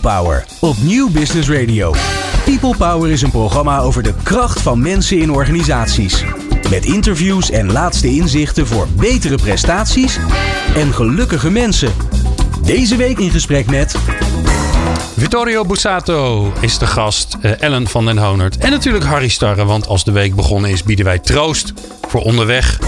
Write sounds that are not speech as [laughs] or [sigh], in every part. Power op Nieuw Business Radio. People Power is een programma over de kracht van mensen in organisaties. Met interviews en laatste inzichten voor betere prestaties en gelukkige mensen. Deze week in gesprek met Vittorio Bussato is de gast, eh, Ellen van den Honert en natuurlijk Harry Starre. Want als de week begonnen is, bieden wij troost voor onderweg.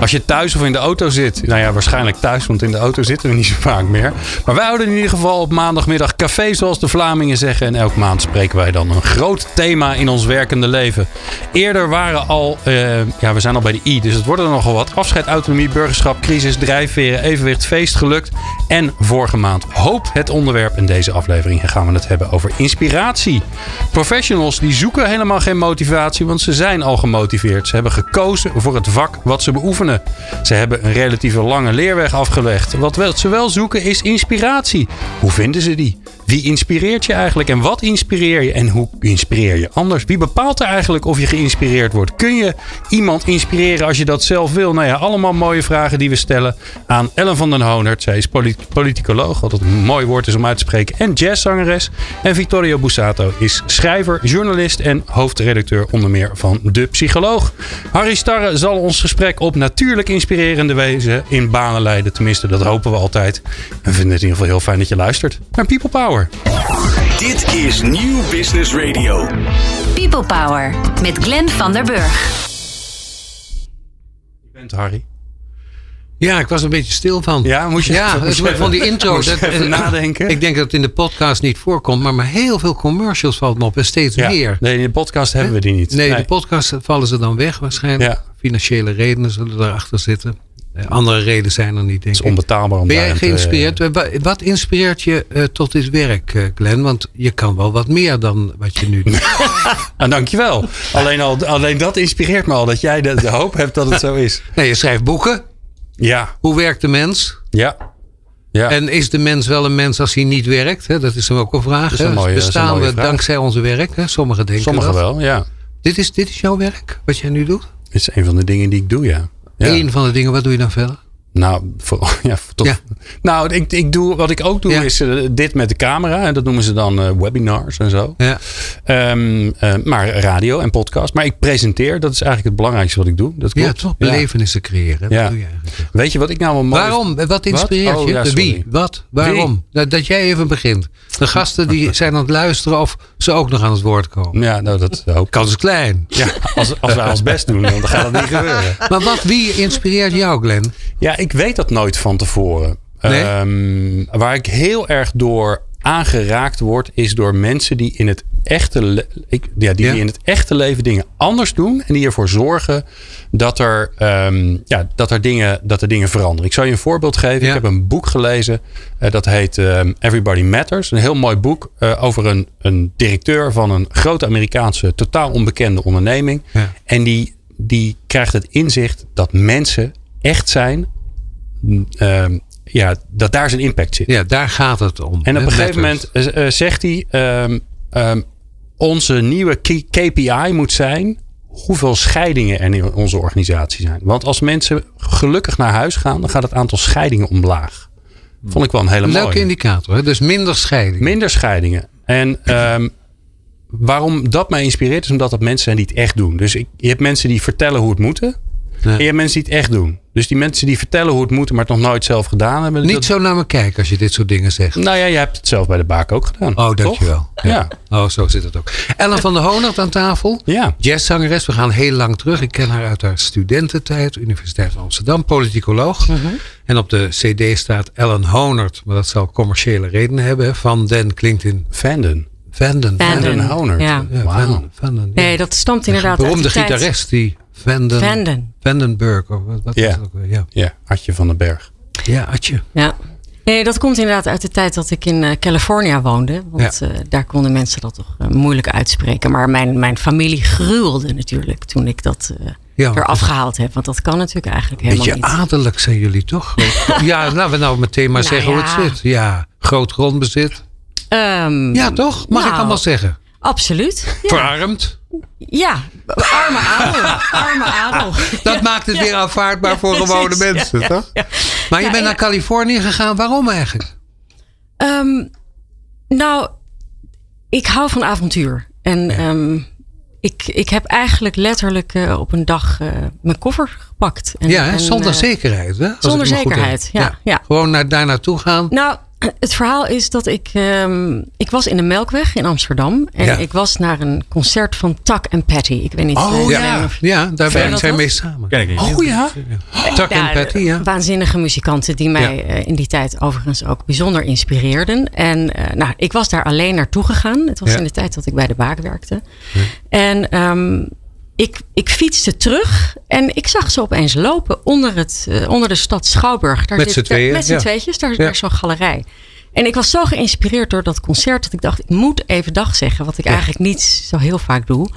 Als je thuis of in de auto zit, nou ja, waarschijnlijk thuis, want in de auto zitten we niet zo vaak meer. Maar wij houden in ieder geval op maandagmiddag café, zoals de Vlamingen zeggen. En elke maand spreken wij dan een groot thema in ons werkende leven. Eerder waren al, eh, ja, we zijn al bij de I, dus het wordt er nogal wat. Afscheid, autonomie, burgerschap, crisis, drijfveren, evenwicht, feest, gelukt. En vorige maand hoop het onderwerp. In deze aflevering gaan we het hebben over inspiratie. Professionals die zoeken helemaal geen motivatie, want ze zijn al gemotiveerd. Ze hebben gekozen voor het vak wat ze beoefenen. Ze hebben een relatieve lange leerweg afgelegd. Wat wel- ze wel zoeken is inspiratie. Hoe vinden ze die? Wie inspireert je eigenlijk en wat inspireer je en hoe inspireer je anders? Wie bepaalt er eigenlijk of je geïnspireerd wordt? Kun je iemand inspireren als je dat zelf wil? Nou ja, allemaal mooie vragen die we stellen aan Ellen van den Honert. Zij is poli- politicoloog, wat een mooi woord is om uit te spreken, en jazzzangeres. En Vittorio Bussato is schrijver, journalist en hoofdredacteur onder meer van De Psycholoog. Harry Starre zal ons gesprek op natuurlijk inspirerende wezen in banen leiden. Tenminste, dat hopen we altijd. En vinden het in ieder geval heel fijn dat je luistert naar People Power. Dit is Nieuw Business Radio. People Power met Glenn van der Burg. Je bent Harry. Ja, ik was er een beetje stil van. Ja, moest je [laughs] Ja, moest het je wordt even- van die intro's. moest je dat- even en- nadenken. Ik denk dat het in de podcast niet voorkomt, maar, maar heel veel commercials valt me op en steeds Ja. meer. Nee, in de podcast hebben we die niet. Nee, de podcast vallen ze dan weg waarschijnlijk. Ja. Financiële redenen zullen erachter zitten. Eh, Andere redenen zijn er niet, denk is ik. onbetaalbaar. eh, Om Ben daar jij aan te- geïnspireerd? Wa- Wat inspireert je eh, tot dit werk, eh, Glenn? Want je kan wel wat meer dan wat [laughs] je nu doet. Nou, [laughs] dankjewel. Alleen, al, alleen dat inspireert me al. Dat jij de, de hoop hebt dat het zo is. Nee, je schrijft boeken. Ja, Hoe werkt de mens? ja. ja. En is de mens wel een mens als hij niet werkt? Hè, dat is hem ook een vraag. is een hè. mooie- dat is een Bestaan mooie we vraag. dankzij onze werk? Hè? Sommigen denken sommigen dat. wel, ja. Dit is, dit is jouw werk, wat jij nu doet? Het is een van de dingen die ik doe, ja. ja. Eén van de dingen, wat doe je dan verder? Nou, voor, [laughs] ja, tot, Ja. nou ik, ik doe, wat ik ook doe Ja. is eh, dit met de camera. En dat noemen ze dan eh, webinars en zo. Ja. Ehm, eh, maar radio en podcast. Maar ik presenteer. Dat is eigenlijk het belangrijkste wat ik doe. Dat klopt. Ja, toch? Belevenissen creëren. Dat Ja. doe je eigenlijk. Weet je wat ik nou wel mooi Waarom? Wat inspireert Oh, je? ja, De Wie? sorry. Wat? Waarom? Dat, dat jij even begint. De [laughs] gasten die zijn aan het luisteren of ze ook nog aan het woord komen. Ja, nou dat hoop ik. Kans is [laughs] klein. Ja, als, als wij ons best doen, dan gaat dat niet gebeuren. Maar wat, wie inspireert jou, Glenn? Ja, ik weet dat nooit van tevoren. Nee? Ehm, waar ik heel erg door aangeraakt word, is door mensen die in het echte, le- ik, ja, die, Ja. die in het echte leven dingen anders doen. En die ervoor zorgen dat er, ehm, ja, dat er, dingen, dat er dingen veranderen. Ik zal je een voorbeeld geven. Ja. Ik heb een boek gelezen. eh, dat heet ehm, Everybody Matters. Een heel mooi boek eh, over een, een directeur van een grote Amerikaanse, totaal onbekende onderneming. Ja. En die, die krijgt het inzicht dat mensen echt zijn ehm, ja, dat daar zijn impact zit. Ja, daar gaat het om. En op hè, een gegeven letters. moment eh, eh, zegt hij: ehm, ehm, onze nieuwe key- KPI moet zijn hoeveel scheidingen er in onze organisatie zijn. Want als mensen gelukkig naar huis gaan, dan gaat het aantal scheidingen omlaag. Hmm. Vond ik wel een hele Een mooie. leuke indicator. Hè? Dus minder scheiding. Minder scheidingen. En ehm, waarom dat mij inspireert, is omdat dat mensen zijn die het echt doen. Dus ik, je hebt mensen die vertellen hoe het moeten. Ja. En je hebt mensen die het echt doen. Dus die mensen die vertellen hoe het moet, maar het nog nooit zelf gedaan hebben. Niet dat- zo naar me kijken als je dit soort dingen zegt. Nou ja, jij hebt het zelf bij de baak ook gedaan. Oh, toch? dankjewel. Ja. Oh, zo zit het ook. Ellen van der Honert aan tafel. Ja. Jazzzangeres. We gaan heel lang terug. Ik ken haar uit haar studententijd. Universiteit van Amsterdam. Politicoloog. Mhm. En op de cd staat Ellen Honert. Maar dat zal commerciële redenen hebben. hè, Van den klinkt in Vanden. Vanden. Vanden. Vanden Vanden, Honert. ja. Ja, Wauw. Vanden. Vanden, ja. Nee, dat stamt inderdaad Beroemde uit die tijd. gitarist die Vanden. Vanden. Vandenberg. Of wat, wat Ja. is het ook weer? Ja. Ja, Adje van den Berg. Ja, Atje. Ja. Nee, dat komt inderdaad uit de tijd dat ik in eh, Californië woonde. Want eh, daar konden mensen dat toch eh, moeilijk uitspreken. Maar mijn, mijn familie gruwelde natuurlijk toen ik dat eh Ja. eraf gehaald heb. Want dat kan natuurlijk eigenlijk helemaal Beetje niet. adellijk zijn jullie toch? [laughs] ja, laten we nou meteen maar Nou zeggen ja. hoe het zit. Ja, groot grondbezit. Ehm, Ja, toch? Mag ik nou, allemaal zeggen. Absoluut. Ja, Verarmd. Ja, arme adel. [laughs] arme adel. Dat maakt het weer aanvaardbaar voor precies. gewone Ja, mensen, toch? ja. Maar je Ja, bent en- naar Californië gegaan. Waarom eigenlijk? Ehm, nou, ik hou van avontuur. En ehm, ik, ik heb eigenlijk letterlijk eh, op een dag eh, mijn koffer gepakt. En, ja, hè, en, zonder eh, zekerheid. Hè, als zonder ik me goed zekerheid, herinner. ja, ja. Gewoon naar, daar naartoe gaan. Nou, [clears throat] het verhaal is dat ik... ehm, ik was in de Melkweg in Amsterdam. En Ja. ik was naar een concert van Tak en Patty. Ik weet niet... eh, oh ik ja, ben- ja. daar Ken je werken dat zij nog? mee samen. Ken ik niet. Oh ja? Tak en Ja, Patty, ja. Waanzinnige muzikanten die mij eh, in die tijd overigens ook bijzonder inspireerden. En eh, nou, ik was daar alleen naartoe gegaan. Het was Ja. in de tijd dat ik bij de Baak werkte. En ehm, ik, ik fietste terug en ik zag ze opeens lopen onder, het, eh, onder de stad Schouwburg. Daar Met z'n zit, daar- tweeën, Met z'n ja. tweetjes, daar, Ja. daar is zo'n galerij. En ik was zo geïnspireerd door dat concert dat ik dacht, ik moet even dag zeggen. Wat ik eigenlijk niet zo heel vaak doe.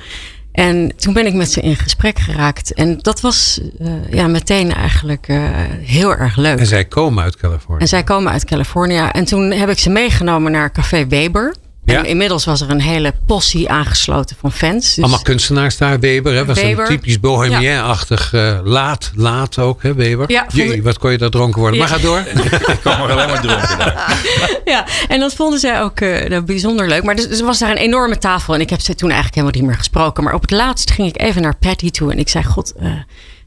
En toen ben ik met ze in gesprek geraakt. En dat was eh, ja, meteen eigenlijk eh, heel erg leuk. En zij komen uit Californië. En zij komen uit Californië. En toen heb ik ze meegenomen naar Café Weber. Ja. En inmiddels was er een hele possie aangesloten van fans. Dus Allemaal kunstenaars daar, Weber. Hè, was Weber. een typisch bohemien-achtig eh, laat, laat ook, hè, Weber. Ja, vond Jee, ik- wat kon je daar dronken worden. Ja. Maar [laughs] ga door. Ik kwam er alleen maar dronken daar. ja, en dat vonden zij ook eh, nou, bijzonder leuk. Maar dus, dus was daar een enorme tafel. En ik heb ze toen eigenlijk helemaal niet meer gesproken. Maar op het laatst ging ik even naar Patty toe. En ik zei, god, eh,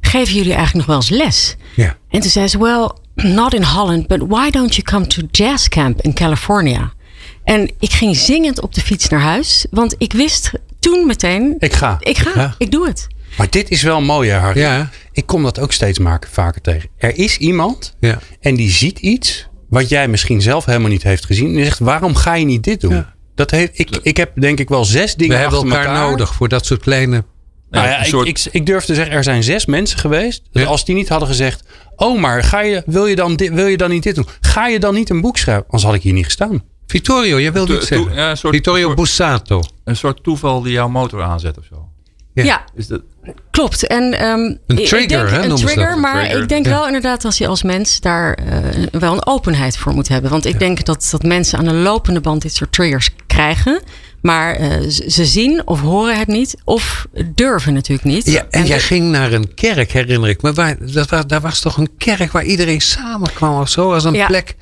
geven jullie eigenlijk nog wel eens les? Ja. En toen zei ze, well, not in Holland, but why don't you come to jazz camp in California? En ik ging zingend op de fiets naar huis. Want ik wist toen meteen, Ik ga. ik ga, Ja. ik doe het. Maar dit is wel mooi, hè, Harry? Ja. Ik kom dat ook steeds maken, vaker tegen. Er is iemand Ja. en die ziet iets wat jij misschien zelf helemaal niet heeft gezien. En die zegt, waarom ga je niet dit doen? Ja. Dat heeft, ik, ik heb denk ik wel zes dingen We hebben achter elkaar nodig voor dat soort kleine... Nou Ja, ja, een ik, soort- ik, ik durf te zeggen, er zijn zes mensen geweest. dat Ja. Als die niet hadden gezegd, oh maar, ga je, wil, je dan dit, wil je dan niet dit doen? Ga je dan niet een boek schrijven? Anders had ik hier niet gestaan. Vittorio, jij wilde To- iets to- zeggen. ja, een soort- Vittorio soort- Bussato. Een soort toeval die jouw motor aanzet of zo. Ja. Ja, [laughs] Is dat, klopt. En, ehm, ik- ik trigger, denk- hè, Een noemen ze dat. trigger, Een maar trigger. ik denk Ja. wel inderdaad dat je als mens daar eh, wel een openheid voor moet hebben. Want ik denk dat, dat mensen aan een lopende band dit soort triggers krijgen. Maar eh, ze ze zien of horen het niet of durven natuurlijk niet. Ja, en jij dat- ging naar een kerk, herinner ik me. Waar, dat, wa- daar was toch een kerk waar iedereen samenkwam of zo? Als een Ja. plek.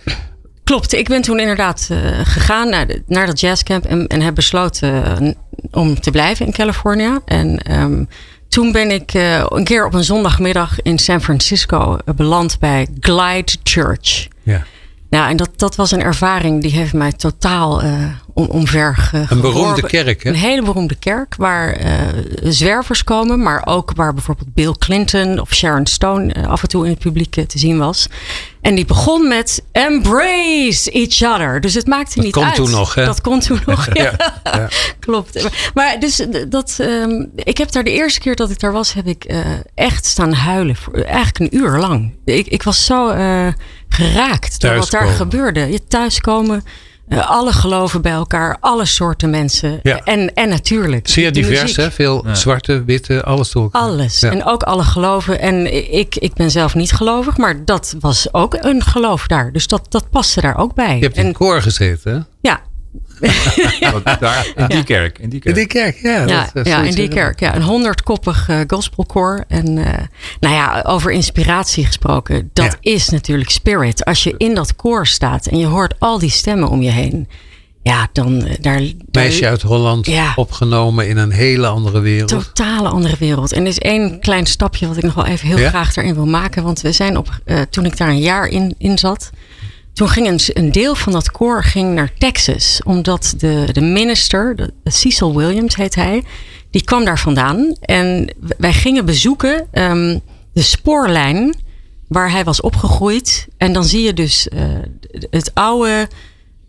Klopt, ik ben toen inderdaad eh, gegaan naar, de- naar dat jazzcamp en, en heb besloten eh, om te blijven in Californië. En ehm, toen ben ik eh, een keer op een zondagmiddag in San Francisco eh, beland bij Glide Church. Ja. Nou, en dat, dat was een ervaring die heeft mij totaal eh om, omver ge- Een beroemde geworpen. kerk, hè? Een hele beroemde kerk waar eh, zwervers komen, maar ook waar bijvoorbeeld Bill Clinton of Sharon Stone eh, af en toe in het publiek eh, te zien was. En die begon met embrace each other. Dus het maakte niet kon uit. toen nog, hè? Dat kon toen [laughs] nog, ja. Klopt. Maar dus eh, dat, ehm, ik heb daar de eerste keer dat ik daar was, heb ik eh, echt staan huilen. Voor, eh, eigenlijk een uur lang. Ik, ik was zo eh, geraakt door wat daar Thuiskomen. gebeurde. Je thuiskomen, eh, alle geloven bij elkaar, alle soorten mensen. Ja. En, en natuurlijk. Zeer de divers, muziek. hè? Veel zwarte, witte, alles door elkaar. Alles. Ja. En ook alle geloven. En ik, ik ben zelf niet gelovig, maar dat was ook een geloof daar. Dus dat, dat paste daar ook bij. Je hebt in en, koor gezeten, hè? ja, want daar, in die kerk. In die In kerk. die kerk, ja. Ja, dat- dat ja zoiets in die inderdaad. kerk. Ja, een honderdkoppig eh, gospelkoor. En eh, nou ja, over inspiratie gesproken. Dat Ja. is natuurlijk spirit. Als je in dat koor staat en je hoort al die stemmen om je heen. Ja, dan eh, daar... daar- Meisje uit Holland, Ja. opgenomen in een hele andere wereld. Totale andere wereld. En er is één klein stapje wat ik nog wel even heel Ja? graag daarin wil maken. Want we zijn op, eh, toen ik daar een jaar in, in zat. Toen ging een, een deel van dat koor ging naar Texas. Omdat de, de minister, de, Cecil Williams heet hij, die kwam daar vandaan. En w- wij gingen bezoeken ehm, de spoorlijn waar hij was opgegroeid. En dan zie je dus eh, het oude,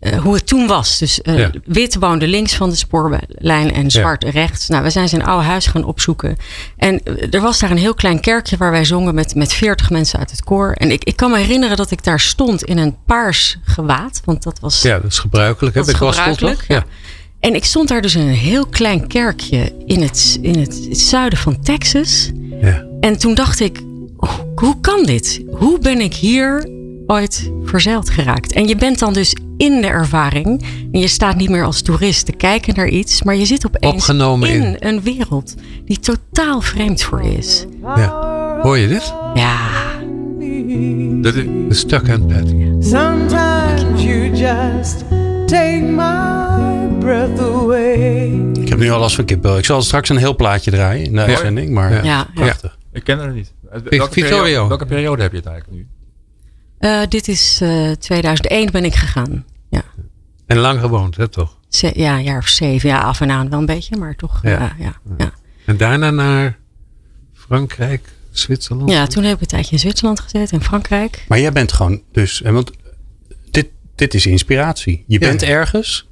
eh, hoe het toen was. Dus eh, Ja. wit woonde links van de spoorlijn en zwart rechts. Nou, we zijn zijn oude huis gaan opzoeken. En eh, er was daar een heel klein kerkje waar wij zongen met, met 40 mensen uit het koor. En ik, ik kan me herinneren dat ik daar stond in een paars gewaad. Want dat was Ja, dat is gebruikelijk. Hè? dat is bij gospel, gebruikelijk. toch? Ja. En ik stond daar dus in een heel klein kerkje in het, in het zuiden van Texas. Ja. En toen dacht ik, hoe, hoe kan dit? Hoe ben ik hier ooit verzeild geraakt? En je bent dan dus in de ervaring. En je staat niet meer als toerist te kijken naar iets. Maar je zit opeens Opgenomen in. een wereld die totaal vreemd voor je is. Ja. Hoor je dit? Ja, Dat is, De Stuck and Patty. Sometimes you just take my breath away. Ik heb nu al last van kippenvel. Ik zal straks een heel plaatje draaien in de uitzending. Maar Ja. Ja, ja. prachtig. Ik ken haar niet. Uit Vit- Welke Vittorio. periode, welke periode heb je het eigenlijk nu? Eh, dit is eh, 2001 ben ik gegaan. Ja. En lang gewoond, hè, toch? Ze- ja, een jaar of zeven. Ja, af en aan wel een beetje, maar toch. Ja. Ja, ja, ja. En daarna naar Frankrijk, Zwitserland. ja toen heb ik een tijdje in Zwitserland gezeten, in Frankrijk. Maar jij bent gewoon dus... hè, Want dit, dit is inspiratie. Je Ja. bent ergens.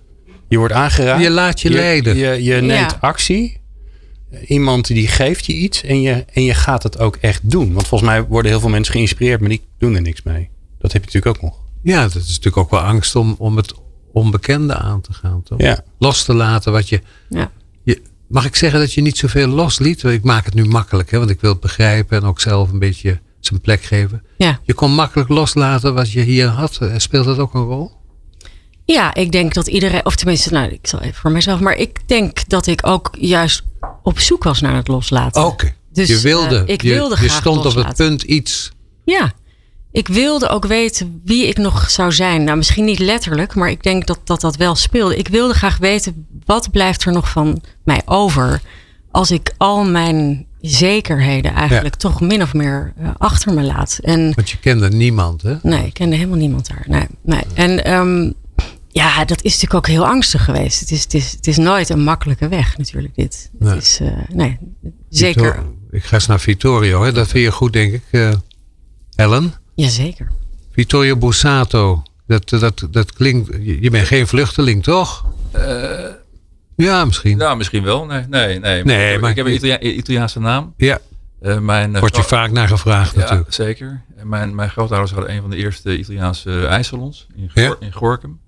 Je wordt aangeraakt. Je laat je leiden. Je, je neemt Ja. actie. Iemand die geeft je iets. En je, en je gaat het ook echt doen. Want volgens mij worden heel veel mensen geïnspireerd. Maar die doen er niks mee. Dat heb je natuurlijk ook nog. Ja, dat is natuurlijk ook wel angst om, om het onbekende aan te gaan. Toch? Ja. Los te laten wat je, Ja. je. Mag ik zeggen dat je niet zoveel losliet? Want Ik maak het nu makkelijk, hè, want ik wil het begrijpen en ook zelf een beetje zijn plek geven. Ja. Je kon makkelijk loslaten wat je hier had. Eh, Speelt dat ook een rol? ja, ik denk dat iedereen, of tenminste, nou, ik zal even voor mezelf, maar ik denk dat ik ook juist op zoek was naar het loslaten. Oké. Dus, je wilde. eh, ik je- wilde je, graag stond op het loslaten. punt iets. Ja. Ik wilde ook weten wie ik nog zou zijn. Nou, misschien niet letterlijk, maar ik denk dat dat, dat wel speelde. Ik wilde graag weten wat blijft er nog van mij over als ik al mijn zekerheden eigenlijk toch min of meer eh, achter me laat. En Want je kende niemand, hè? nee, ik kende helemaal niemand daar. Nee, nee. En ehm, ja, dat is natuurlijk ook heel angstig geweest. Het is, het is, het is nooit een makkelijke weg natuurlijk dit. Nee. Het is, eh, nee, zeker. Victor- ik ga eens naar Vittorio, hè? dat vind je goed, denk ik. eh, Ellen? Jazeker. Vittorio Bussato. Dat, eh, dat, dat klinkt. Je je bent geen vluchteling, toch? ja, misschien. Nou, misschien wel. Nee, nee, nee. Nee, ik, maar- ik heb een Italia- Italiaanse naam. Ja, Eh, mijn, eh, wordt je gro- vaak naar gevraagd, Ja, natuurlijk. zeker. En mijn, mijn grootouders hadden een van de eerste Italiaanse eh, ijssalons in, Gor- Ja. in Gorkum.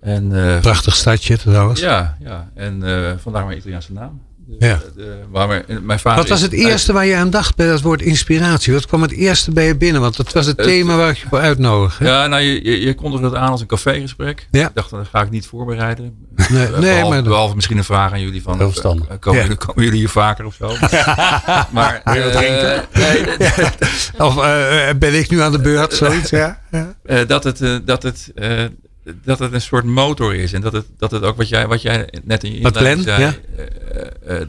En eh, Prachtig stadje, trouwens. ja, ja, en eh, vandaar mijn Italiaanse naam. Ja. Eh, waar mijn, mijn vader Wat was is- het eerste waar je aan dacht bij dat woord inspiratie? Wat kwam het eerste bij je binnen? Want dat was het thema waar ik je voor uitnodig. hè? Ja, nou, je, je, je kondigde het aan als een cafégesprek. Ja. Ik dacht, dat ga ik niet voorbereiden. Nee, Eh, nee, behalve, maar dat- behalve misschien een vraag aan jullie van, Heel eh, verstandig. eh, komen, Ja. jullie, komen jullie hier vaker of [laughs] zo? maar, eh, nee, Of eh, eh, ben ik nu aan de beurt? Zoiets, Eh, ja. ja. eh, dat het, eh, dat het, eh, dat het een soort motor is. En dat het, dat het ook wat jij, wat jij net in je Wat inleiding Glenn, zei. ja. eh, eh,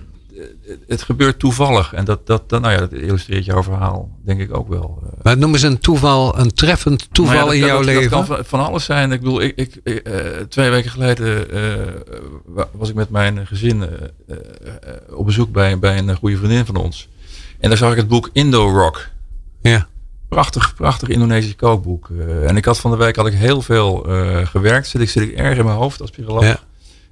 het gebeurt toevallig. En dat, dat, dat, nou ja, dat illustreert jouw verhaal denk ik ook wel. Eh, Maar noem eens een toeval, een treffend toeval Nou ja, in dat- jouw dat- leven. Dat kan van- van alles zijn. Ik bedoel, ik, ik, ik, eh, twee weken geleden eh, wa- was ik met mijn gezin eh, eh, eh, op bezoek bij, bij een goede vriendin van ons. En daar zag ik het boek Indo Rock. ja. Prachtig, prachtig Indonesisch kookboek. Eh, en ik had van de week had ik heel veel eh, gewerkt. Zit ik, zit ik erg in mijn hoofd als piroloog. Ja.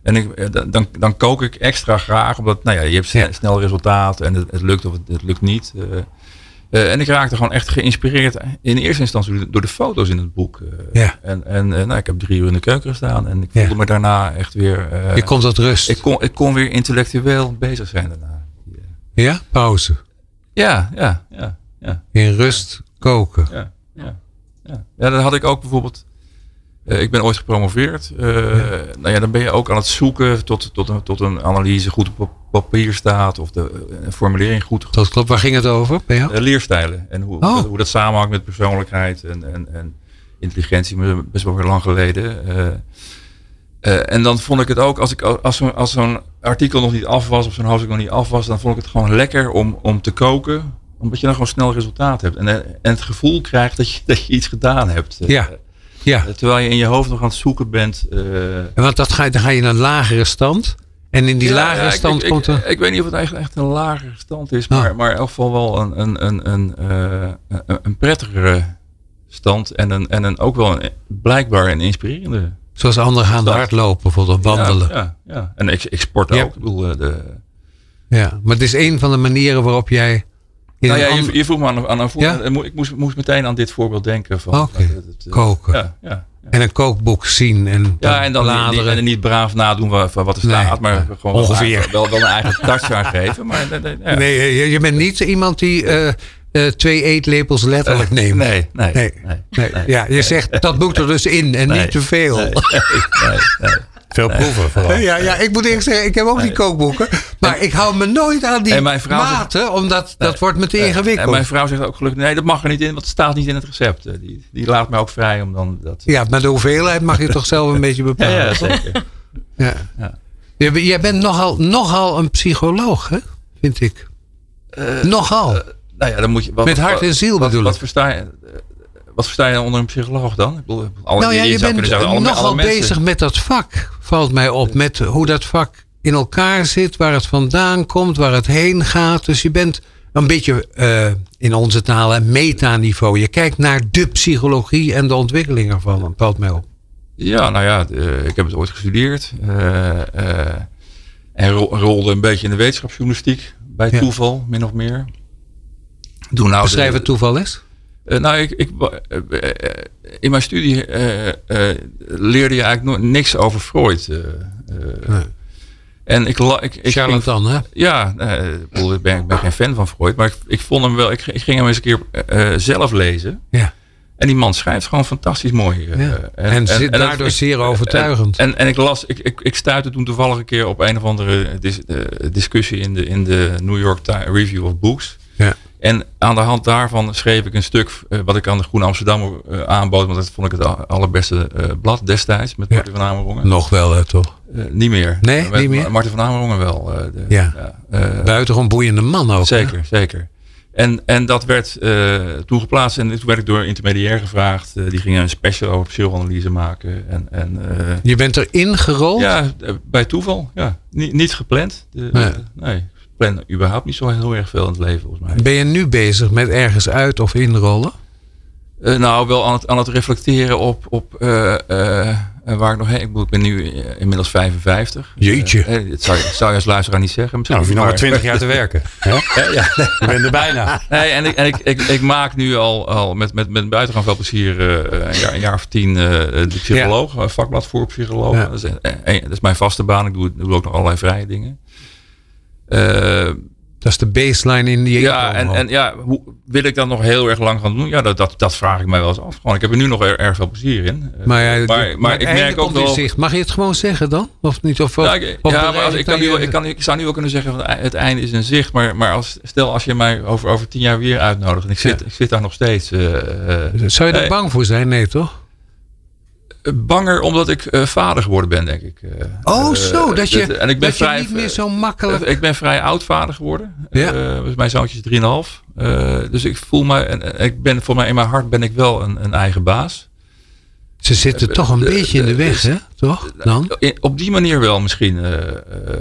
En ik, eh, dan- dan, dan kook ik extra graag, omdat nou ja, je hebt sne- Ja. snel resultaat en het, het lukt of het, het lukt niet. Eh, eh, en ik raakte gewoon echt geïnspireerd in eerste instantie door- door de foto's in het boek. Eh, Ja. En, en eh, nou, ik heb drie uur in de keuken gestaan en ik Ja. voelde me daarna echt weer. eh, Je komt tot rust. ik, kon, ik kon weer intellectueel bezig zijn daarna. Ja, pauze. Ja, ja, ja. ja. In rust koken. Ja, ja, ja. ja dat had ik ook bijvoorbeeld. eh, ik ben ooit gepromoveerd. eh, Nou ja, dan ben je ook aan het zoeken tot, tot, een, tot een analyse goed op papier staat. Of de eh, een formulering goed. Dat klopt. Waar ging het over bij jou? Eh, leerstijlen en hoe, Oh. dat, hoe dat samenhangt met persoonlijkheid en, en, en intelligentie. maar Best wel weer lang geleden. eh. Eh, en dan vond ik het ook, als, ik, als, zo'n, als zo'n artikel nog niet af was, of zo'n hoofdstuk nog niet af was, dan vond ik het gewoon lekker om, om te koken. Omdat je dan gewoon snel resultaat hebt. En, eh, en het gevoel krijgt dat je, [laughs] dat je iets gedaan hebt. Eh, Ja. Ja. eh, terwijl je in je hoofd nog aan het zoeken bent. eh, En Want dat ga je, dan ga je naar een lagere stand. En in die ja, lagere ja, ik- stand ik, komt ik, er. Ik, weet niet of het eigenlijk echt een lagere stand is, Ah. maar, maar in elk geval wel een, een, een, een, eh, een, een prettigere stand. En, een, en een, ook wel een, blijkbaar een inspirerende. Zoals anderen gaan Dat. hardlopen, bijvoorbeeld wandelen. Ja, ja, ja. En ik, ik sport ook. Ja. Ik bedoel, eh, de, Ja. Maar het is een van de manieren waarop jij. In nou ja, een je, ander- je vroeg me aan, aan een voorbeeld. Ja? En mo- Ik moest, moest meteen aan dit voorbeeld denken. Van, Oké. eh, dat het, eh, koken. Ja, ja. ja. En een kookboek zien. En Ja, en dan niet- niet, bladeren. en niet braaf nadoen wa- van wat er Nee. staat, maar gewoon Ongeveer. Wel, wel een eigen touch aan geven. Maar, nee, nee, ja. Nee, eh, je, je bent niet iemand die eh, eh, twee eetlepels letterlijk neemt. nee, nee, Nee. nee. Nee, Ja, je zegt dat moet er dus in en Nee. niet te veel. Nee, nee. Veel proeven vooral. [laughs] Ja, ja, ik moet eerlijk zeggen, ik heb ook die kookboeken. Maar ik hou me nooit aan die En mijn vrouw zegt- maten, omdat dat wordt me te En ingewikkeld. mijn vrouw zegt ook gelukkig, nee, dat mag er niet in, want het staat niet in het recept. Eh, Die, die laat mij ook vrij om dan dat... Ja, maar de hoeveelheid mag je toch zelf een beetje Ja, bepalen. ja zeker. Ja. Ja. Jij bent- Jij bent nogal, nogal een psycholoog, hè? vind ik. nogal. Nou ja, dan moet je, wat, Met hart en wat- ziel wat, bedoel wat ik. versta je, eh, wat versta je onder een psycholoog dan? Ik bedoel, alle, nou ja, je, zou bent kunnen zeggen, alle- nogal alle mensen. bezig met dat vak, valt mij op. Met hoe dat vak in elkaar zit, waar het vandaan komt, waar het heen gaat. Dus je bent een beetje eh, in onze taal een metaniveau. Je kijkt naar de psychologie en de ontwikkeling ervan, valt Oh, mij op. Ja, nou ja, eh, ik heb het ooit gestudeerd. eh, eh, en ro- rolde een beetje in de wetenschapsjournalistiek. Bij Ja. toeval, min of meer. Doe nou Beschrijf de- het toeval eens. Eh, nou, ik, ik, wa- eh, eh, eh, in mijn studie eh, eh, leerde je eigenlijk nooit niks over Freud. eh, eh. En ik, la- ik, ik ging Charlatan, hè? ja, eh, ik bedoel, ik ben, ik ben geen fan van Freud, maar ik, ik vond hem wel. Ik, ik ging hem eens een keer eh, zelf lezen. Ja. En die man schrijft gewoon fantastisch mooi. eh, Ja. En zit dat- daardoor zeer overtuigend. En, en, en ik las, ik, ik, ik stuitte toen toevallig een keer op een of andere dis- eh, discussie in de, in de New York Ti- Review of Books. Ja. En aan de hand daarvan schreef ik een stuk eh, wat ik aan de Groene Amsterdam aanbood, want dat vond ik het al- allerbeste eh, blad destijds met Ja. Martin van Amerongen. Nog wel, hè, toch? Eh, niet meer. Nee, Maar met niet meer? Martin van Amerongen wel. eh, de- Ja. eh, Buitengewoon boeiende man ook. hè? Zeker, zeker. En, en dat werd eh, toen geplaatst en toen werd ik door een intermediair gevraagd. Eh, die gingen een special over psychoanalyse maken. En, en, eh, Je bent erin gerold. ja, eh, bij toeval. Ja. Niet, niet gepland. De- Nee. eh, nee, ik plan überhaupt niet zo heel erg veel in het leven volgens mij. Ben je nu bezig met ergens uit of inrollen? Eh, nou, wel aan het, aan het reflecteren op, op eh, eh, waar ik nog heen. Ik, bedoel, ik ben nu eh, inmiddels 55. Jeetje. Eh, eh, dat zou, je- zou je als luisteraar niet zeggen. Misschien Nou, hoef je nog maar maar- 20 jaar [laughs] te werken. Hè? ja. Je bent er bijna. Nee, en ik, en ik, ik, ik maak nu al, al met, met, met buitengewoon veel plezier eh, een, jaar, een jaar of tien eh, de psycholoog, eh, vakblad voor psycholoog. Ja. Dat, is, eh, eh, dat is mijn vaste baan. Ik doe, doe ook nog allerlei vrije dingen. Eh, Dat is de baseline in die ja, en, en ja, hoe wil ik dat nog heel erg lang gaan doen? Ja, dat, dat, dat vraag ik mij wel eens af. Gewoon, ik heb er nu nog er- erg veel plezier in. Eh, Maar, ja, maar, maar ik merk ook wel. Mag je het gewoon zeggen dan? Of niet? Of, Ja, ik, of ja, bereid maar als, ik, kan nu, je- wel- ik, kan, ik zou nu wel kunnen zeggen, van, eh, het einde is in zicht. Maar, maar als, stel als je mij over, over tien jaar weer uitnodigt. En ik zit, ik zit daar nog steeds. eh, eh, Zou je daar Nee. bang voor zijn? Nee, toch? banger omdat ik eh, vader geworden ben, denk ik. Eh, Oh, eh, zo. Dat je, en ik ben dat je vrij, niet meer zo makkelijk... eh, Ik ben vrij oud vader geworden. Ja. Eh, dus mijn zoontje is 3,5. Eh dus ik voel me, en, en ik ben, voor mij in mijn hart ben ik wel een, een eigen baas. ze zitten toch een de- beetje in de de- weg, hè? Toch? Nou, Dan? In- op die manier wel misschien. eh, eh,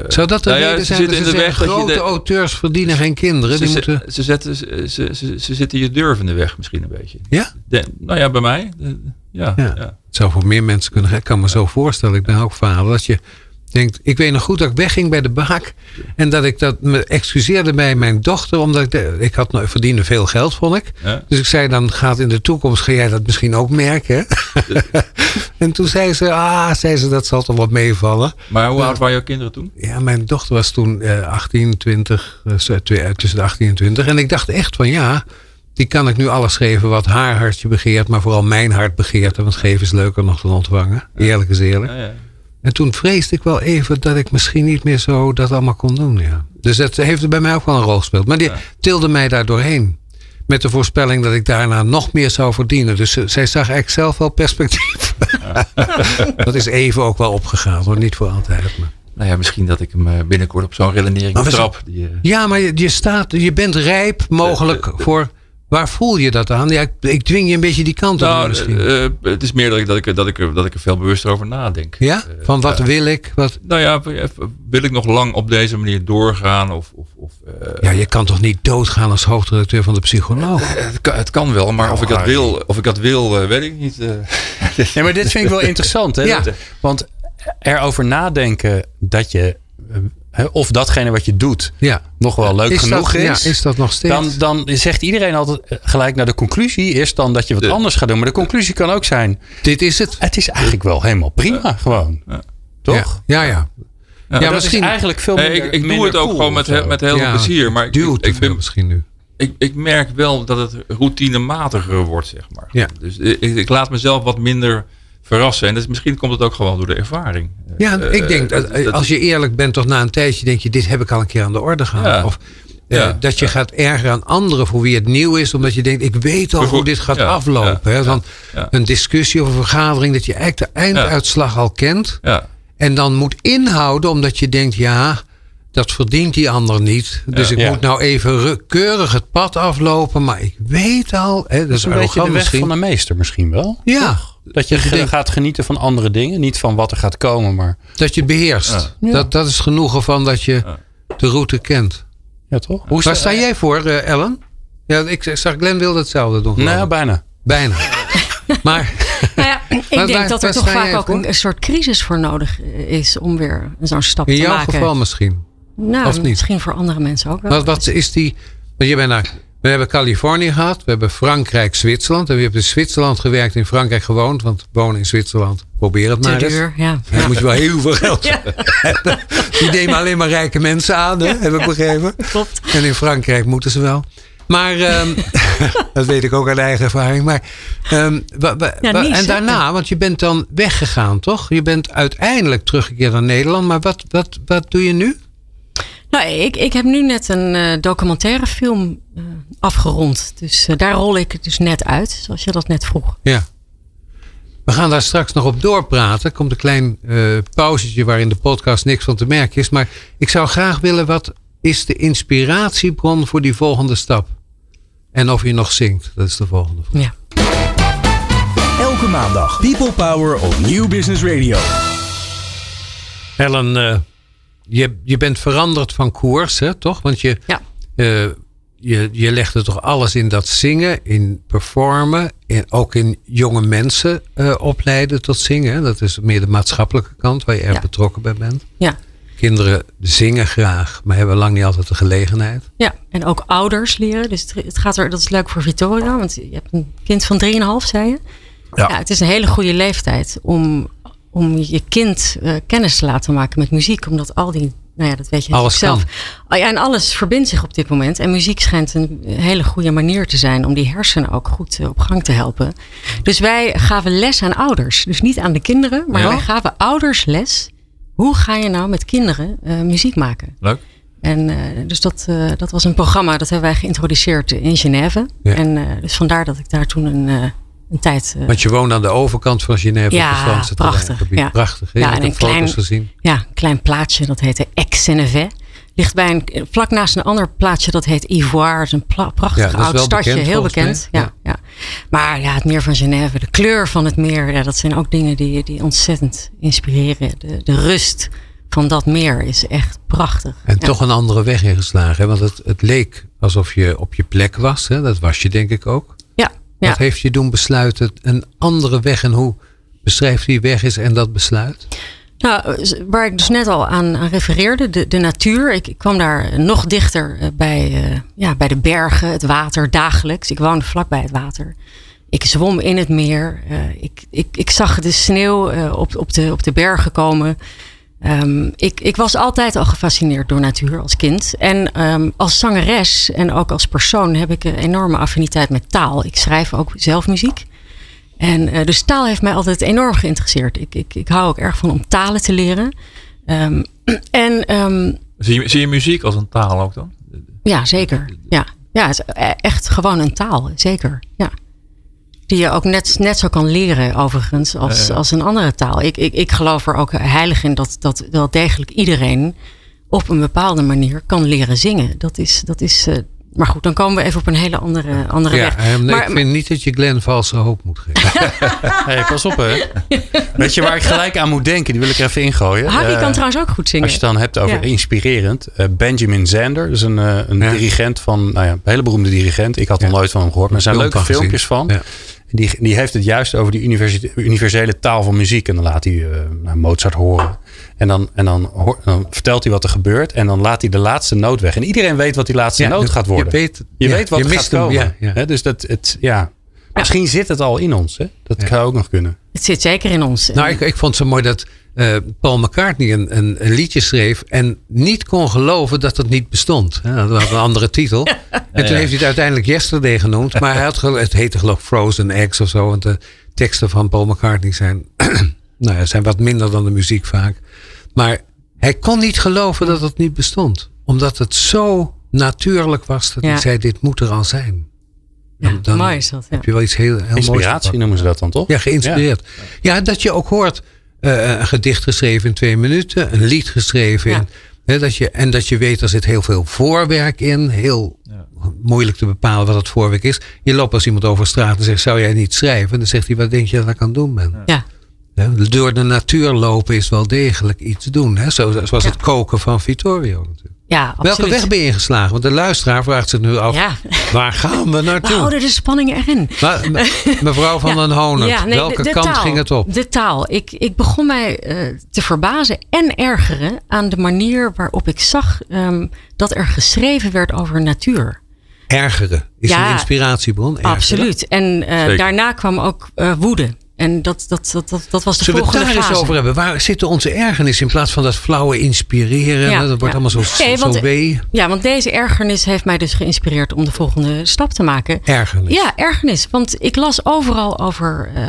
Zou dat de nou ja, reden ze zijn zitten dat ze in de weg zeggen, dat grote je de- auteurs verdienen geen kinderen? ze, Die ze- moeten... ze, zetten, ze, ze, ze- ze zitten je durf in de weg misschien een beetje. Ja? De- nou ja, bij mij. de- ja, Ja. ja. Het zou voor meer mensen kunnen gaan. Ik kan me zo voorstellen. Ik ben ook vader. Dat je denkt, ik weet nog goed dat ik wegging bij de baak. En dat ik dat me excuseerde bij mijn dochter. Omdat ik, de- ik had nou- verdiende veel geld, vond ik. Ja. Dus ik zei, dan gaat in de toekomst, ga jij dat misschien ook merken. [laughs] hè? en toen zei ze, ah, zei ze, dat zal toch wat meevallen. Maar hoe oud waren jouw kinderen toen? Ja, mijn dochter was toen eh, 18, 20, eh, zo- tw- eh, tussen de 18 en 20. En ik dacht echt van ja, die kan ik nu alles geven wat haar hartje begeert, maar vooral mijn hart begeert. Want geven is leuker nog dan ontvangen. Eerlijk is eerlijk. Nou ja. En toen vreesde ik wel even dat ik misschien niet meer zo dat allemaal kon doen. Ja. Dus dat heeft bij mij ook wel een rol gespeeld. Maar die tilde mij daar doorheen. Met de voorspelling dat ik daarna nog meer zou verdienen. Dus ze- zij zag eigenlijk zelf wel perspectief. [laughs] dat is even ook wel opgegaan, hoor. Niet voor altijd. Maar. Nou ja, misschien dat ik hem eh, binnenkort op zo'n redenering Maar we trap. Die, eh, Ja, maar je, je, staat, je bent rijp mogelijk Eh, voor. Waar voel je dat aan? Ja, ik, ik dwing je een beetje die kant op Nou, misschien. eh, eh, het is meer dat ik, dat, ik, er- dat, ik, er- dat ik er veel bewuster over nadenk. ja? Van wat eh, wil ik? Wat, Nou ja, wil ik nog lang op deze manier doorgaan? Of, of, of, eh, ja, je kan toch niet doodgaan als hoofdredacteur van de psycholoog? Eh, het, kan, het kan wel, maar of ik dat wil, of ik, dat wil eh, weet ik niet. eh. Nee, maar dit vind ik wel interessant. Hè? Ja. Dat- Want erover nadenken dat je... eh, hè, Of datgene wat je doet Ja. nog wel leuk is genoeg dat, is. Ja, is dat nog steeds? dan, dan zegt iedereen altijd eh, gelijk naar de conclusie is dan dat je wat De- anders gaat doen. Maar de conclusie kan ook zijn, Dit is het. het is eigenlijk wel helemaal prima gewoon. ja. Toch? Ja, ja. ja. ja, dat misschien. is eigenlijk veel Nee, minder ik, ik doe minder het ook cool gewoon of met, zo. he- met heel veel Ja, plezier. Maar ik, duwt te ik, veel ben, misschien nu. ik, ik merk wel dat het routinematiger wordt, zeg maar. Ja. Dus ik, ik laat mezelf wat minder verrassen. En dus misschien komt het ook gewoon door de ervaring. Ja, Eh, ik denk, dat, dat- dat- als je eerlijk bent, toch na een tijdje denk je, dit heb ik al een keer aan de orde gehad. Ja. Of eh, Ja. dat je gaat erger aan anderen voor wie het nieuw is, omdat je denkt, ik weet al hoe Bijvoor- dit gaat ja, aflopen. ja, hè? Want ja. een discussie of een vergadering, dat je eigenlijk de einduitslag al kent. Ja. En dan moet inhouden omdat je denkt, ja, dat verdient die ander niet. Dus ik Ja. moet nou even re- keurig het pad aflopen. Maar ik weet al, hè, dat is Een beetje de arrogant weg misschien. van de meester misschien wel. ja, Dat je Dat je ge- denkt- gaat genieten van andere dingen. Niet van wat er gaat komen, maar... dat je het beheerst. Ja. Dat, dat is genoegen van dat je de route kent. Ja, toch? Hoe Waar sta jij voor, eh, Ellen? Ja, ik zag Glenn wilde hetzelfde doen. geloof Nou, ik. bijna. [laughs] Bijna. maar [laughs] Nou ja, ik Maar denk waar- dat waar er toch sta jij vaak ook voor? een, een soort crisis voor nodig eh, is om weer zo'n stap in te jouw maken. geval misschien. nou, of niet? misschien voor andere mensen ook wel. Wat, wat is die. Want je bent naar, we hebben Californië gehad, we hebben Frankrijk, Zwitserland. En we hebben in Zwitserland gewerkt, in Frankrijk gewoond. Want wonen in Zwitserland, probeer het te maar eens. duur, ja. Dan moet je wel heel veel geld hebben. Die nemen alleen maar rijke mensen aan, hè? heb ik begrepen. Klopt. En in Frankrijk moeten ze wel. Maar [laughs] ehm, dat weet ik ook uit eigen ervaring. Maar, ehm, wa- wa- Ja, wa- Nice, en hè? daarna, want je bent dan weggegaan, toch? Je bent uiteindelijk teruggekeerd naar Nederland. Maar wat, wat, wat doe je nu? Nou, ik, ik heb nu net een eh documentaire film eh, afgerond. Dus eh, daar rol ik het dus net uit, zoals je dat net vroeg. Ja. We gaan daar straks nog op doorpraten. Er komt een klein eh, pauzetje waarin de podcast niks van te merken is. Maar ik zou graag willen, wat is de inspiratiebron voor die volgende stap? En of je nog zingt, dat is de volgende vraag. Ja. Elke maandag People Power op Nieuw Business Radio. Helen, eh, je, je bent veranderd van koers, hè, toch? Want je, Ja. eh, je, je legde toch alles in dat zingen, in performen, en ook in jonge mensen eh, opleiden tot zingen. hè? Dat is meer de maatschappelijke kant waar je erg Ja. betrokken bij bent. Ja. Kinderen zingen graag, maar hebben lang niet altijd de gelegenheid. ja, en ook ouders leren. Dus het, het gaat er, dat is leuk voor Victoria, want je hebt een kind van 3,5, zei je. Ja. het is een hele goede leeftijd om, om je kind eh, kennis te laten maken met muziek. Omdat al die, nou ja, dat weet je Alles natuurlijk zelf. Oh ja, en alles verbindt zich op dit moment. En muziek schijnt een hele goede manier te zijn om die hersenen ook goed eh, op gang te helpen. Dus wij gaven les aan ouders. Dus niet aan de kinderen, maar Ja. wij gaven ouders les. Hoe ga je nou met kinderen eh, muziek maken? Leuk. En eh, dus dat, eh, dat was een programma dat hebben wij geïntroduceerd in Genève. Ja. En eh, dus vandaar dat ik daar toen een, eh, een tijd. eh, Want je woont aan de overkant van Genève, Ja, op het Franse prachtig, terreingebied. ja. Prachtig, hè? Ja, ik en heb een foto's klein- gezien. ja, een klein plaatsje dat heette Aix-Senevet. Ligt bij een, eh, vlak naast een ander plaatsje dat heet Ivoire. Het is een pla- Ja, prachtig dat is oud wel stadje, bekend heel volgens mij. bekend. Ja, Ja. ja. Maar ja, het meer van Genève, de kleur van het meer, ja, dat zijn ook dingen die, die ontzettend inspireren. De, de rust van dat meer is echt prachtig. En Ja. toch een andere weg ingeslagen. Hè? Want het, het leek alsof je op je plek was. Hè? Dat was je denk ik ook. Ja, ja. Wat heeft je doen besluiten? Een andere weg en hoe beschrijft die weg is en dat besluit? Nou, z- waar ik dus net al aan, aan refereerde, de, de natuur. Ik, ik kwam daar nog dichter eh, bij, eh, ja, bij de bergen, het water dagelijks. Ik woonde vlakbij het water. Ik zwom in het meer. eh, ik, ik, ik zag de sneeuw eh, op, op, de, op de bergen komen. Ehm, ik, ik was altijd al gefascineerd door natuur als kind. En ehm, als zangeres en ook als persoon heb ik een enorme affiniteit met taal. Ik schrijf ook zelf muziek. En eh, dus taal heeft mij altijd enorm geïnteresseerd. Ik, ik, ik hou ook erg van om talen te leren. Ehm, [clears throat] en ehm, Zie je, zie je muziek als een taal ook dan? ja, zeker. Ja, ja het is e- echt gewoon een taal, zeker. Ja. Die je ook net, net zo kan leren, overigens, als, Ja, ja. als een andere taal. Ik, ik, ik geloof er ook heilig in dat, dat wel degelijk iedereen op een bepaalde manier kan leren zingen. Dat is. Dat is eh, maar goed, dan komen we even op een hele andere, andere Ja, weg. eh, nee, maar, ik vind niet dat je Glenn valse hoop moet geven. Hey, pas op, [laughs] hè. Weet je waar ik gelijk aan moet denken? Die wil ik er even ingooien. Harry Eh, kan trouwens ook goed zingen. Als je het dan hebt over Ja. inspirerend. eh, Benjamin Zander is een, eh, een Ja. dirigent van, nou ja, een hele beroemde dirigent. Ik had nog Ja. nooit van hem gehoord, maar er zijn Film leuke van filmpjes van. gezien. Ja. Die, die heeft het juist over die universite- universele taal van muziek. En dan laat hij eh, nou, Mozart horen. En, dan, en dan, hoor- dan vertelt hij wat er gebeurt. En dan laat hij de laatste noot weg. En iedereen weet wat die laatste Ja, noot je- gaat worden. je weet- je ja, weet wat je er mist gaat hem, komen. ja, ja. Hè, dus dat, het, ja. Misschien zit het al in ons. Hè? Dat Ja. zou ook nog kunnen. Het zit zeker in ons. Nou, ik, ik vond het zo mooi dat eh, Paul McCartney een, een, een liedje schreef en niet kon geloven dat het niet bestond. Ja, dat had een andere [laughs] titel. En toen heeft hij het uiteindelijk Yesterday genoemd, maar hij had gel- het heette geloof ik Frozen Eggs of zo, want de teksten van Paul McCartney zijn, [clears throat] nou ja, zijn wat minder dan de muziek vaak. Maar hij kon niet geloven dat het niet bestond, omdat het zo natuurlijk was dat hij Ja. zei: dit moet er al zijn. Ja, mooi is dat, ja. Heb je wel iets heel, heel moois. Inspiratie noemen ze dat dan toch? Ja, geïnspireerd. Ja. dat je ook hoort. eh, eh, een gedicht geschreven in twee minuten, een lied geschreven. Ja. In, hè, dat je, en dat je weet, er zit heel veel voorwerk in. Heel moeilijk te bepalen wat het voorwerk is. Je loopt als iemand over straat en zegt, zou jij niet schrijven? Dan zegt hij, wat denk je dat ik aan het doen ben? Ja. Hè, Door de natuur lopen is wel degelijk iets doen. Hè? Zo, zoals Ja. het koken van Vittorio natuurlijk. Ja, Welke absoluut. weg ben je ingeslagen? Want de luisteraar vraagt zich nu af, Ja. waar gaan we [laughs] We naartoe? houden de spanning erin. Maar, me- mevrouw van den Honert, [laughs] Ja, nee, welke de- de kant taal. ging het op? De taal. Ik, ik begon mij eh, te verbazen en ergeren aan de manier waarop ik zag ehm, dat er geschreven werd over natuur. Ergeren is Ja, een inspiratiebron. ergeren. Absoluut. En eh, Zeker. daarna kwam ook eh, woede. En dat, dat, dat, dat, dat was de Zullen we het volgende daar fase. eens over hebben? Waar zitten onze ergernis in plaats van dat flauwe inspireren? Ja, dat wordt ja. allemaal zo, zo, Nee, want- zo wee. Ja, want deze ergernis heeft mij dus geïnspireerd om de volgende stap te maken. Ergernis. Ja, ergernis. Want ik las overal over eh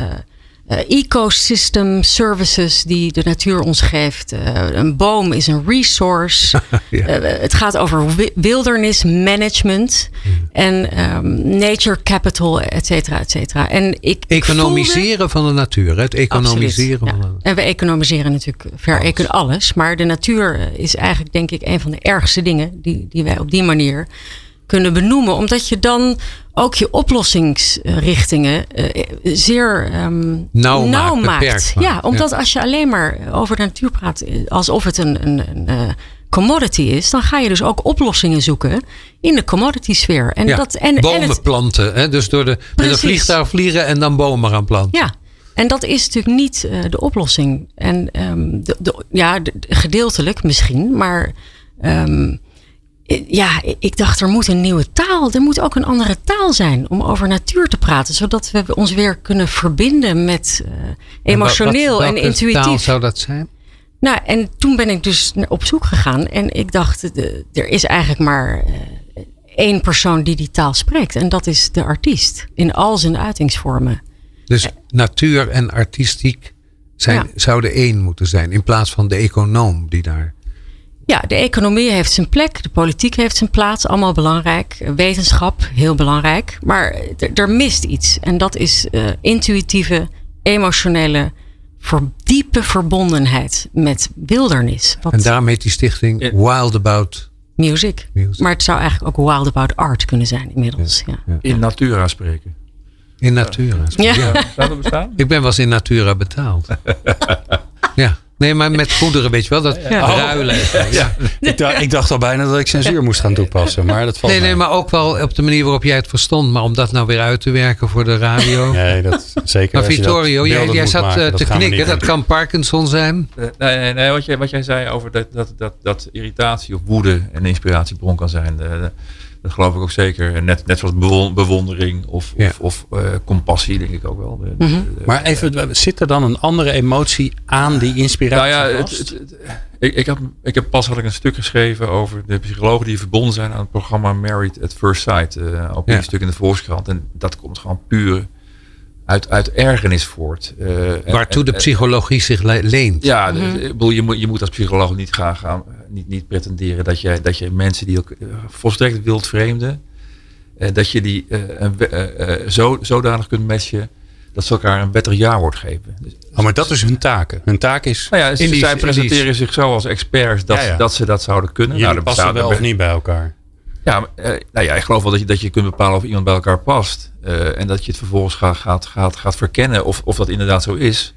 eh, ecosystem services die de natuur ons geeft. Eh, een boom is een resource. Ja. Eh, het gaat over wi- wildernis management en ehm, nature capital, et cetera, et cetera. En ik voelde- Economiseren van de natuur. hè? Het economiseren Absoluut, van ja. de En we economiseren natuurlijk ver alles. alles. Maar de natuur is eigenlijk denk ik een van de ergste dingen die, die wij op die manier kunnen benoemen. Omdat je dan ook je oplossingsrichtingen eh, zeer ehm Nauw maakt, beperkt maakt. Ja, omdat als je alleen maar over de natuur praat eh, alsof het een, een, een eh, commodity is, dan ga je dus ook oplossingen zoeken in de commodity sfeer. En Ja, dat en, bomen en het, planten. Hè? Dus door de, met een Precies. vliegtuig vliegen en dan bomen gaan planten. Ja, en dat is natuurlijk niet eh, de oplossing. En ehm, de, de- ja, de- de- gedeeltelijk misschien, maar ehm, i- ja, i- ik dacht er moet een nieuwe taal, er moet ook een andere taal zijn om over natuur te praten, zodat we ons weer kunnen verbinden met eh, En wa- wat- emotioneel en, welke taal intuïtief. zou dat zijn? Nou, en toen ben ik dus naar- op zoek gegaan en ik dacht, de- er is eigenlijk maar eh, één persoon die die taal spreekt en dat is de artiest in al zijn uitingsvormen. Dus natuur en artistiek zijn, Ja. zouden één moeten zijn. In plaats van de econoom die daar... Ja, de economie heeft zijn plek, de politiek heeft zijn plaats, allemaal belangrijk. Wetenschap, heel belangrijk. Maar er- er mist iets. En dat is eh, intuïtieve, emotionele, ver- diepe verbondenheid met wildernis. Wat En daarmee heet die stichting Ja. Wild About music. Music. Maar het zou eigenlijk ook wild about art kunnen zijn inmiddels. Ja. In natura spreken. in Natura. Ja. Zou dat bestaan? Ik ben wel eens in Natura [laughs] betaald. ja. Nee, maar met goederen, weet je wel. Dat [laughs] ruilen. en zo. Ja. Ik, dacht, ik dacht al bijna dat ik censuur moest gaan toepassen. Maar dat valt Nee, nee, mee. maar ook wel op de manier waarop jij het verstond. Maar om dat nou weer uit te werken voor de radio. Nee, dat zeker. Maar als je dat Vittorio, jij, beeldend jij moet zat maken, eh, te gaan we knikken. niet Dat doen. kan Parkinson zijn. Eh, nee, nee, nee wat, jij, wat jij zei over dat, dat, dat, dat irritatie of woede een inspiratiebron kan zijn. eh, dat geloof ik ook zeker. En Net, net zoals bewon- bewondering of, Ja. Mhm. of, of eh, compassie, denk ik ook wel. De- de- Maar even, zit er dan een andere emotie aan die inspiratie? Nou ja, het, vast? het- het- ik, ik, heb, ik heb pas had ik een stuk geschreven over de psychologen die verbonden zijn aan het programma Married at First Sight. eh op Ja. een stuk in de Volkskrant. En dat komt gewoon puur uit, uit ergernis voort. Eh, en- Waartoe en- de en- psychologie zich le- leent. ja, dus, ik bedoel, je, moet, je moet als psycholoog niet gaan, gaan eh, niet, niet pretenderen dat je, dat je mensen die ook eh, volstrekt wildvreemden, eh, dat je die eh, een we- eh, eh, zo, zodanig kunt matchen dat ze elkaar een wettig ja wordt geven. Dus, Oh, maar dat is hun taken. Hun taak is, nou ja, ze- In die- in zij die- presenteren zich zo als experts dat, Ja, ja. dat ze dat zouden kunnen. Nou, jullie dat passen bestaat- wel of niet bij elkaar. Ja, maar, eh, nou ja, ik geloof wel dat je, dat je kunt bepalen of iemand bij elkaar past. eh, en dat je het vervolgens gaat, gaat, gaat, gaat verkennen of, of dat inderdaad zo is.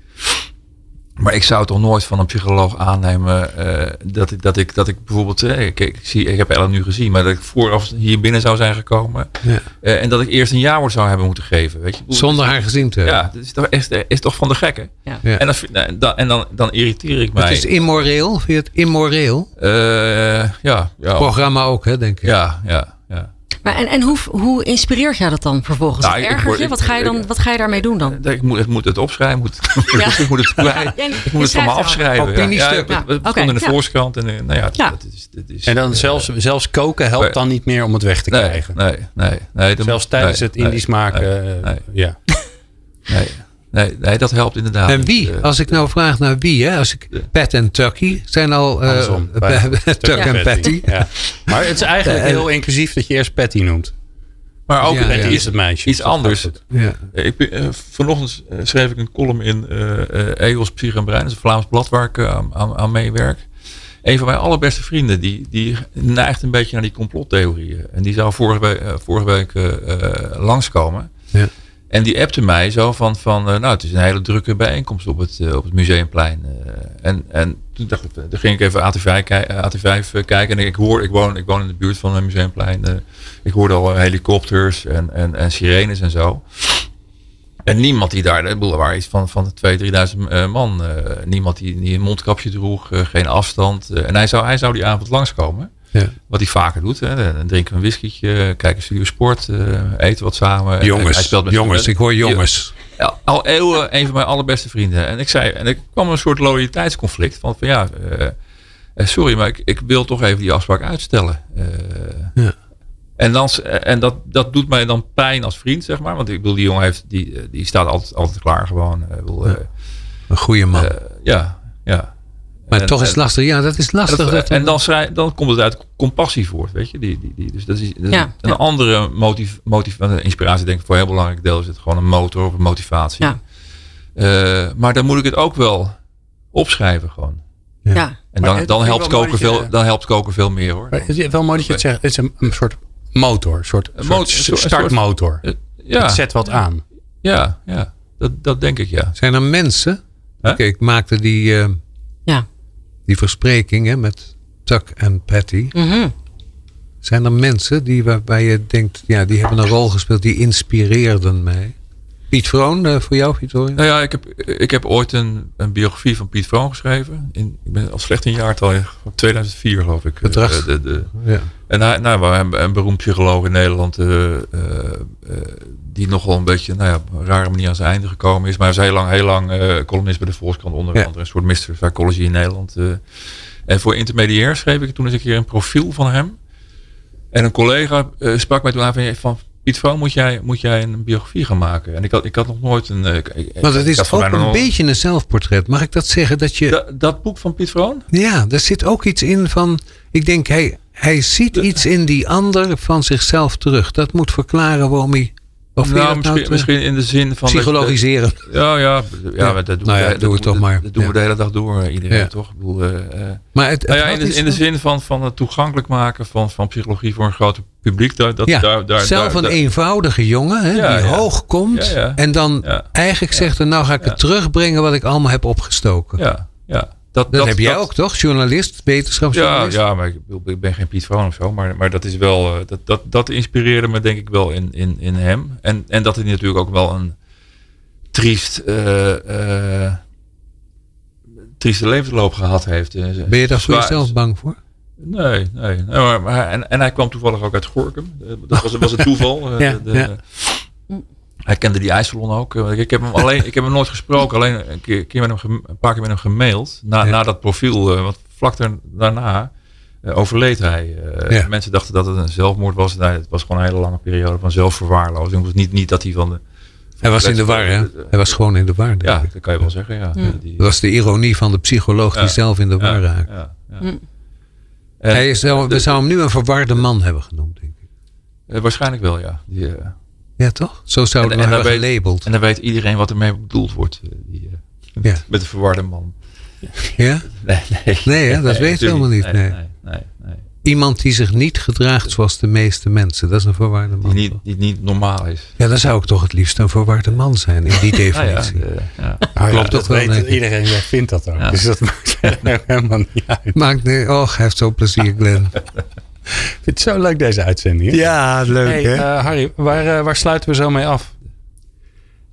Maar ik zou toch nooit van een psycholoog aannemen eh, dat, ik, dat, ik, dat ik bijvoorbeeld, eh, ik, ik, zie, ik heb Ellen nu gezien, maar dat ik vooraf hier binnen zou zijn gekomen. Ja. eh, en dat ik eerst een jaarwoord zou hebben moeten geven. Weet je? Ik bedoel, Zonder haar gezien te hebben. Ja, dat is toch, is, is toch van de gekken. Ja. Ja. En, dat vind- nou, dan, en dan, dan irriteer ik mij. Het is immoreel. Vind je het immoreel? Eh, ja, ja, Programma ook, hè, denk ik. ja, ja, ja. Maar en, en hoe, hoe inspireert jou dat dan vervolgens? Nou, Dat ik- ik Ergert word- je? Wat ga je, dan, ik- wat ga je daarmee doen dan? Ik moet, ik moet het opschrijven, ik moet, Ja. [laughs] ik moet het kwijt. Ja, je Ik moet het van schrijft me al. Oh, afschrijven. Opiniestuk. het- het Ja, Ah, stond oké, in de ja. voorkant. En, eh, nou ja, dat- Ja. Dat, is, dat is... En dan eh, zelfs, zelfs koken helpt nee. dan niet meer om het weg te Nee, krijgen. nee, nee. nee, dat zelfs moet- tijdens nee, het Indisch nee, maken. nee, eh, nee, ja. nee, nee, nee, dat helpt inderdaad. En wie? niet, Oh, eh. Als ik nou vraag naar wie, hè? Als ik, Pat en Tucky zijn al. eh, [laughs] Andersom, eh, bij- Tuck en Patty. Eh, Ja. Maar het is eigenlijk heel inclusief dat je eerst Patty noemt. Maar ook Ja, een- ja. Betty iets, is het meisje. iets Zo gaat anders. het. Ja. Eh, Ik, ben- eh, vanochtend eh, schreef ik een column in eh eh EOS Psyche en Brein. Dat is een Vlaams blad waar ik eh, aan, aan, aan meewerk. Een van mijn allerbeste vrienden, die, die neigt een beetje naar die complottheorieën. En die zou vorige week, eh, vorige week eh, eh, langskomen. Ja. En die appte mij zo van, van eh, nou het is een hele drukke bijeenkomst op het, eh, op het Museumplein. eh. en, en toen dacht ik, eh, toen ging ik even AT5, kijk- eh, AT5 eh, kijken. En ik hoor, ik woon, ik woon in de buurt van het Museumplein. eh. ik hoorde al eh, helikopters en, en, en sirenes en zo. En niemand die daar, ik bedoel, er waren iets van, van 2.000, 3.000 eh, man. eh, niemand die, die een mondkapje droeg, eh, geen afstand. eh, en hij zou, hij zou die avond langskomen. Ja. Wat hij vaker doet. Hè. Dan drinken we een whiskietje, kijken Studio Sport, eh, eten wat samen. Hij- hij Jongens, speelt met- jongens, ik hoor jongens. ja, al eeuwen een van mijn allerbeste vrienden. En ik zei, en ik kwam een soort loyaliteitsconflict. Van, van ja, eh, eh, sorry, maar ik, ik wil toch even die afspraak uitstellen. Eh, Ja. En, dan, s- en dat, dat doet mij dan pijn als vriend, zeg maar. Want ik bedoel, die jongen heeft, die, eh, die staat altijd, altijd klaar gewoon. Eh, ik bedoel, eh, Een goede man. ja, ja. maar en- toch is het en- lastig. Ja, dat is lastig. Dat- eh, dat- en dan, schrij- dan komt het uit compassie voort, weet je. Die, die, die, dus dat is, dat is Ja, een ja. andere motief, motief, want inspiratie denk ik voor een heel belangrijk deel is het gewoon een motor of een motivatie. Ja. Eh, maar dan moet ik het ook wel opschrijven gewoon. Ja. En Maar dan, het dan, vind ik helpt wel koken mooi dat je- veel, dan helpt koken veel meer hoor. Maar het is wel mooi dat je het zegt. Het is een, een soort motor. Een soort, Een soort motor, een soort- startmotor. Eh, Het Ja, zet wat aan. [laughs] ja, ja. Dat, dat denk ik ja. Zijn er mensen? Hè? Kijk, ik maakte die, eh, Ja. die verspreking hè, met Tuck en Patty. Mhm. Zijn er mensen die, waarbij je denkt, ja, die hebben een rol gespeeld, die inspireerden mij? Piet Vroon, eh, voor jou, Vittorio? Nou ja, ik heb, ik heb ooit een, een biografie van Piet Vroon geschreven. In, ik ben al slecht een jaartal, eh, 2004 geloof ik. Bedrag. Eh, de- de, Ja. En hij, nou, we hebben een beroemd psycholoog in Nederland eh, eh, eh, die nogal een beetje, nou ja, op een rare manier aan zijn einde gekomen is. Maar hij was heel lang, heel lang eh, columnist bij de Volkskrant onder Ja. andere, een soort Mr. Psychology in Nederland. eh. En voor intermediair schreef ik toen eens een keer een profiel van hem. En een collega eh, sprak mij toen aan van, van Piet Vroon, moet jij, moet jij een biografie gaan maken? En ik had, ik had nog nooit een... eh, ik- ik- Want het ik had Nou, is voor ook mij nog een nooit- beetje een zelfportret. Mag ik dat zeggen? Dat je, Da- dat boek van Piet Vroon? ja, daar zit ook iets in van, ik denk, hij, hij ziet iets in die ander van zichzelf terug. Dat moet verklaren waarom hij, of vind je nou, dat nou misschien, te misschien in de zin van... dat je- psychologiseren. Ja, ja, Ja. ja, maar dat doen Nou ja, we, doe het toch dat- maar. Dat doen Ja. we de hele dag door, eh, iedereen Ja. toch? Ik bedoel, eh, eh, Maar het, dus het nou ja, had in, de, iets in de van- zin van, van het toegankelijk maken van, van psychologie voor een groot publiek. Daar, dat, ja, daar, daar, zelf daar- een e- daar- eenvoudige jongen hè, Ja, die ja. hoog komt Ja, ja. en dan Ja. eigenlijk zegt hij, nou ga ik het terugbrengen wat ik allemaal heb opgestoken. Ja, ja. Dat, Dat, heb jij ook toch? Journalist, Ja, wetenschapsjournalist? ja, maar ik, bedoel, ik ben geen Piet Vroon of zo. Maar, maar dat is wel. eh, Dat, dat, dat inspireerde me denk ik wel in, in, in hem. En, en dat hij natuurlijk ook wel een triest. eh, eh, trieste levensloop gehad heeft. Eh, Ben je daar voor zwaar- jezelf bang voor? Nee, nee. nee, maar, maar hij- en, en hij kwam toevallig ook uit Gorkum. Eh, Dat was, was een [laughs] toeval. Eh, Ja, de- eh, ja. Hij kende die IJsselon ook. Eh, Ik heb hem, alleen, ik heb hem nooit gesproken, alleen een, keer, keer met hem, gem- een paar keer met hem gemaild. Na, Ja. na dat profiel, eh, want vlak daar- daarna eh, overleed hij. Eh, Ja. Mensen dachten dat het een zelfmoord was. Nee, het was gewoon een hele lange periode van zelfverwaarlozing. Het was niet, niet dat hij van de... Hij was in de war, hè? Hij was gewoon in de war. denk Ja, ik. dat kan je wel zeggen, ja. Die- Dat was de ironie van de psycholoog die Ja. zelf in de ja, war raakt. ja, ja. Mm. En, Hij is wel- we zouden hem nu een verwarde man hebben genoemd, denk ik. eh, waarschijnlijk wel, ja. Die, eh, Ja, toch? Zo zouden we En- hem en hebben daarbij- [laughs] gelabeld. En dan weet iedereen wat ermee bedoeld wordt. eh, Die, eh, Ja. Met een verwarde man. Ja? Nee, nee. Nee, hè, dat weet natuurlijk helemaal niet, nee. nee, nee, nee. Iemand die zich niet gedraagt zoals de meeste mensen. Dat is een verwarde man. Die, niet, toch? die niet normaal is. Ja, dan zou ik toch het liefst een verwarde man zijn in [laughs] die Nou ja, definitie. eh, ja. Ah, Klopt ook wel, weet denk ik. Iedereen vindt dat ook. Ja. Dus dat maakt verder helemaal niet uit. Maakt nee, och, hij heeft zo plezier, [laughs] Glenn. Ik vind het zo leuk deze uitzending. hè? Ja, leuk Hey, hè? eh, Harry, waar, eh, waar sluiten we zo mee af?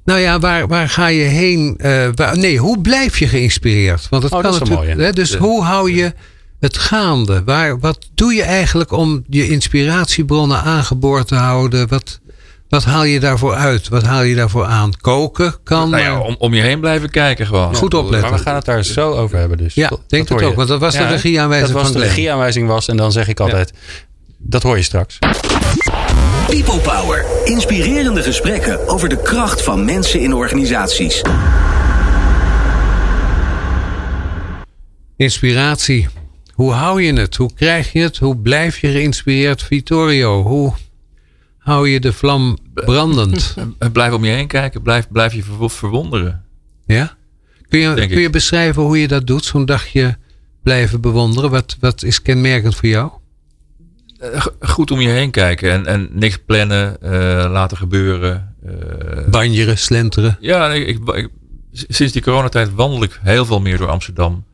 Nou ja, waar, waar ga je heen? eh, waar- nee, hoe blijf je geïnspireerd? Want dat Oh, kan dat is wel natuurlijk. mooi, hè? hè, dus hoe hou je het gaande? Waar, wat doe je eigenlijk om je inspiratiebronnen aangeboord te houden? Wat, wat haal je daarvoor uit? Wat haal je daarvoor aan? Koken kan. Nou ja, maar om, om je heen blijven kijken gewoon. Goed opletten. Maar we gaan het daar zo over hebben dus. Ja, Dat- denk dat het hoor je. ook, want dat was de hè? regieaanwijzing Dat was van de Glenn. regieaanwijzing was en dan zeg ik altijd, dat hoor je straks. People Power. Inspirerende gesprekken over de kracht van mensen in organisaties. Inspiratie. Hoe hou je het? Hoe krijg je het? Hoe blijf je geïnspireerd, Vittorio? Hoe hou je de vlam brandend. En Eh, Blijf om je heen kijken. Blijf, blijf je verw- verwonderen. Ja? Kun je, Denk kun je ik. beschrijven hoe je dat doet? Zo'n dagje blijven bewonderen. Wat, wat is kenmerkend voor jou? Eh, g- Goed om je heen kijken. En, en niks plannen. eh, laten gebeuren. Eh, Banjeren, slenteren. ja, nee, ik, ik- sinds die coronatijd wandel ik heel veel meer door Amsterdam.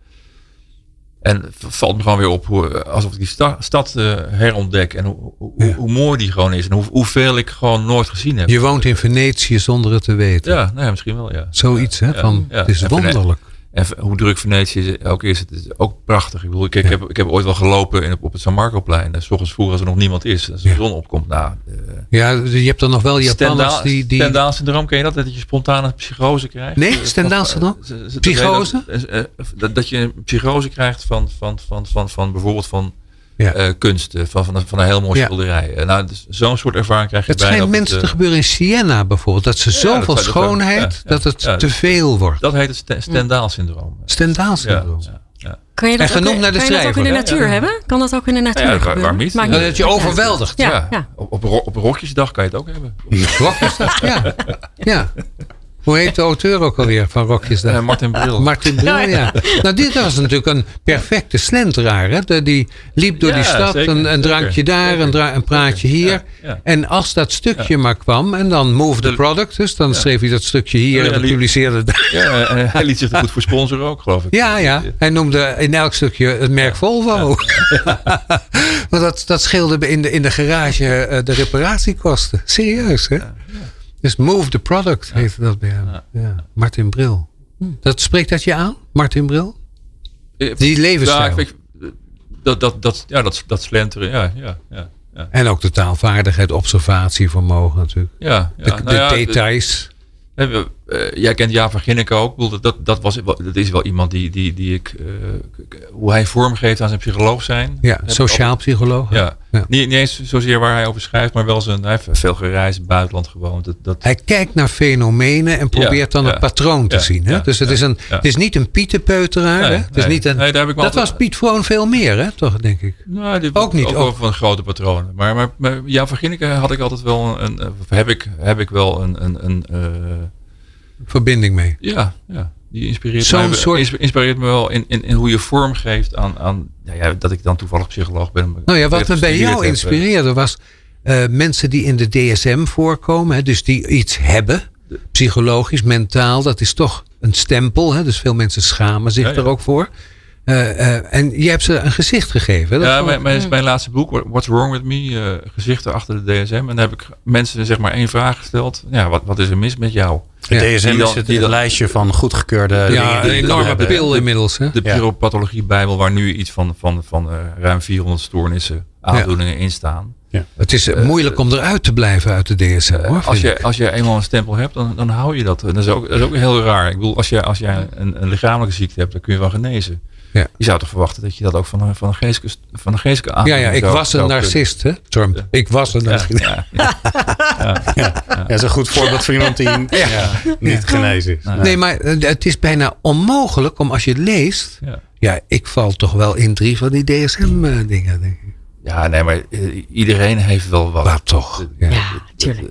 En v- valt me gewoon weer op hoe, eh, alsof ik die sta- stad eh, herontdek. En hoe, hoe, Ja. hoe mooi die gewoon is. En hoe, hoeveel ik gewoon nooit gezien heb. Je woont in Venetië zonder het te weten. Ja, nou ja, misschien wel, ja. Zoiets, hè? Ja, Van, ja. Het is En Vene- wonderlijk. En v- hoe druk Venetië is, ook is, het is ook prachtig. Ik bedoel, ik, ik, heb, ik heb ooit wel gelopen in, op het San Marcoplein. En 's ochtends vroeg als er nog niemand is, als de Ja. zon opkomt. Nou, eh, Ja, je hebt dan nog wel Japanners die... die Stendhal syndroom, ken je dat? Dat je spontane psychose krijgt? Nee, Eh, van- Stendhal syndroom? eh, z- z- Psychose? Dat, eh, eh, dat, dat je een psychose krijgt van, van, van, van, van bijvoorbeeld van Ja. eh, kunst. eh, Van, van, een- van een heel mooi Ja. schilderij. Eh, nou, dus zo'n soort ervaring krijg je het bijna schijnt op mensen eh, te gebeuren in Siena bijvoorbeeld. Dat ze dat zoveel zou- dat zou- schoonheid, ja, ja, dat het ja. dus- te veel wordt. Dat heet het Sten- Stendhal syndroom. Stendhaal Ja, syndroom. ja, ja. Kan je dat, En ook, genoemd naar de kan je dat ook in de schrijver, natuur hebben? Kan dat ook in de natuur Ja, waar- gebeuren? waarom niet? Maakt Ja, Dat je uit. overweldigt. Ja, Ja, ja. Op, op, ro- op Rokjesdag kan je het ook hebben. Rokjesdag, [laughs] ja. ja. Hoe heet de auteur ook alweer van Rokjesdag? Eh, Martin Bril. Martin Bril, ja. Nou, dit was natuurlijk een perfecte slenteraar. Hè? De- die liep door Ja, die stad, zeker, een, een drankje zeker, daar, zeker, een, dra- een praatje zeker, hier. ja, ja. En als dat stukje maar kwam, en dan move the De- product, dus dan schreef hij dat stukje hier Ja, en liep- publiceerde het daar. ja, en hij liet zich er goed voor sponsoren ook, geloof ik. Ja, ja. Hij noemde in elk stukje het merk Volvo. [laughs] maar dat, dat scheelde in de, in de garage eh, de reparatiekosten. Serieus, hè? Dus Move the Product heette dat bij hem. Ja. Martin Bril. Dat, spreekt dat je aan, Martin Bril? Eh, Die Ja, levensstijl. ik, ik- dat, dat, dat, ja dat, dat slenteren, ja. ja, ja, ja, En ook de taalvaardigheid, observatievermogen natuurlijk. ja, ja. De, de Nou ja, details. eh, we- eh, jij kent Jaap van Ginneken ook. Ik bedoel, Dat, dat, dat, was, wel- dat is wel iemand die, die, die ik... eh, k- k- hoe hij vormgeeft aan zijn psycholoog zijn. Ja, Heb ik sociaal psycholoog. al- Ja. Ja. Niet, niet eens zozeer waar hij over schrijft, maar wel zijn... Hij heeft veel gereisd, buitenland gewoond. Dat, dat, Hij kijkt naar fenomenen en probeert dan ja. een patroon te Ja, zien. Hè? ja, dus het, is een, ja. het is niet een pietenpeuteraar. Nee, hè? Het is nee. niet een, Nee, daar heb ik me dat altijd- was Piet Vroon veel meer, hè? toch denk ik. Nou, die- Ook niet, Ook, ook. wel van grote patronen. Maar, maar, maar ja, van Ginneken had ik altijd wel een. een- of heb ik, heb ik wel een. een, een eh, Verbinding mee. ja, ja, die inspireert Zo'n mij, soort- insp- inspireert me wel in, in, in hoe je vorm geeft aan. aan nou ja, dat ik dan toevallig psycholoog ben. Nou ja, wat me me bij jou inspireerde was eh, mensen die in de DSM voorkomen. Hè, dus die iets hebben. Psychologisch, mentaal. Dat is toch een stempel. Hè, dus veel mensen schamen zich Ja, ja. er ook voor. Eh, eh, en je hebt ze een gezicht gegeven. hè? Dat Ja, vond ik- mijn, mijn, mijn laatste boek, What- What's Wrong With Me, eh, gezichten achter de DSM. En daar heb ik mensen zeg maar één vraag gesteld. Ja, wat, wat is er mis met jou? De DSM Die dan- is het, die het dan- lijstje van goedgekeurde dingen ja, die een je kan enorme hebben. pil inmiddels. Hè? De Ja. pyropathologie-bijbel, waar nu iets van, van, van eh, ruim 400 stoornissen, aandoeningen in staan. Het is eh, moeilijk om eruit te blijven uit de DSM. Hoor, Als vind ik. je, als je eenmaal een stempel hebt, dan, dan hou je dat. En dat is ook, dat is ook heel raar. Ik bedoel, als je, als je een, een lichamelijke ziekte hebt, dan kun je wel genezen. Ja. Je zou toch verwachten dat je dat ook van een, van een geestelijke, van een geestelijke ja, aandoening ja, ik zou- was een zou kunnen. narcist, hè? Trump. Ik was een narcist. Ja, Ja, dat is een goed voorbeeld van iemand die ja, niet genezen is. Nee, maar eh, het is bijna onmogelijk om als je het leest. ja, ja. Ja, ik val toch wel in drie van die DSM-dingen, eh, denk ik. Ja, nee, maar eh, iedereen heeft wel wat. Eh, Maar toch. Ja. Ja, tuurlijk.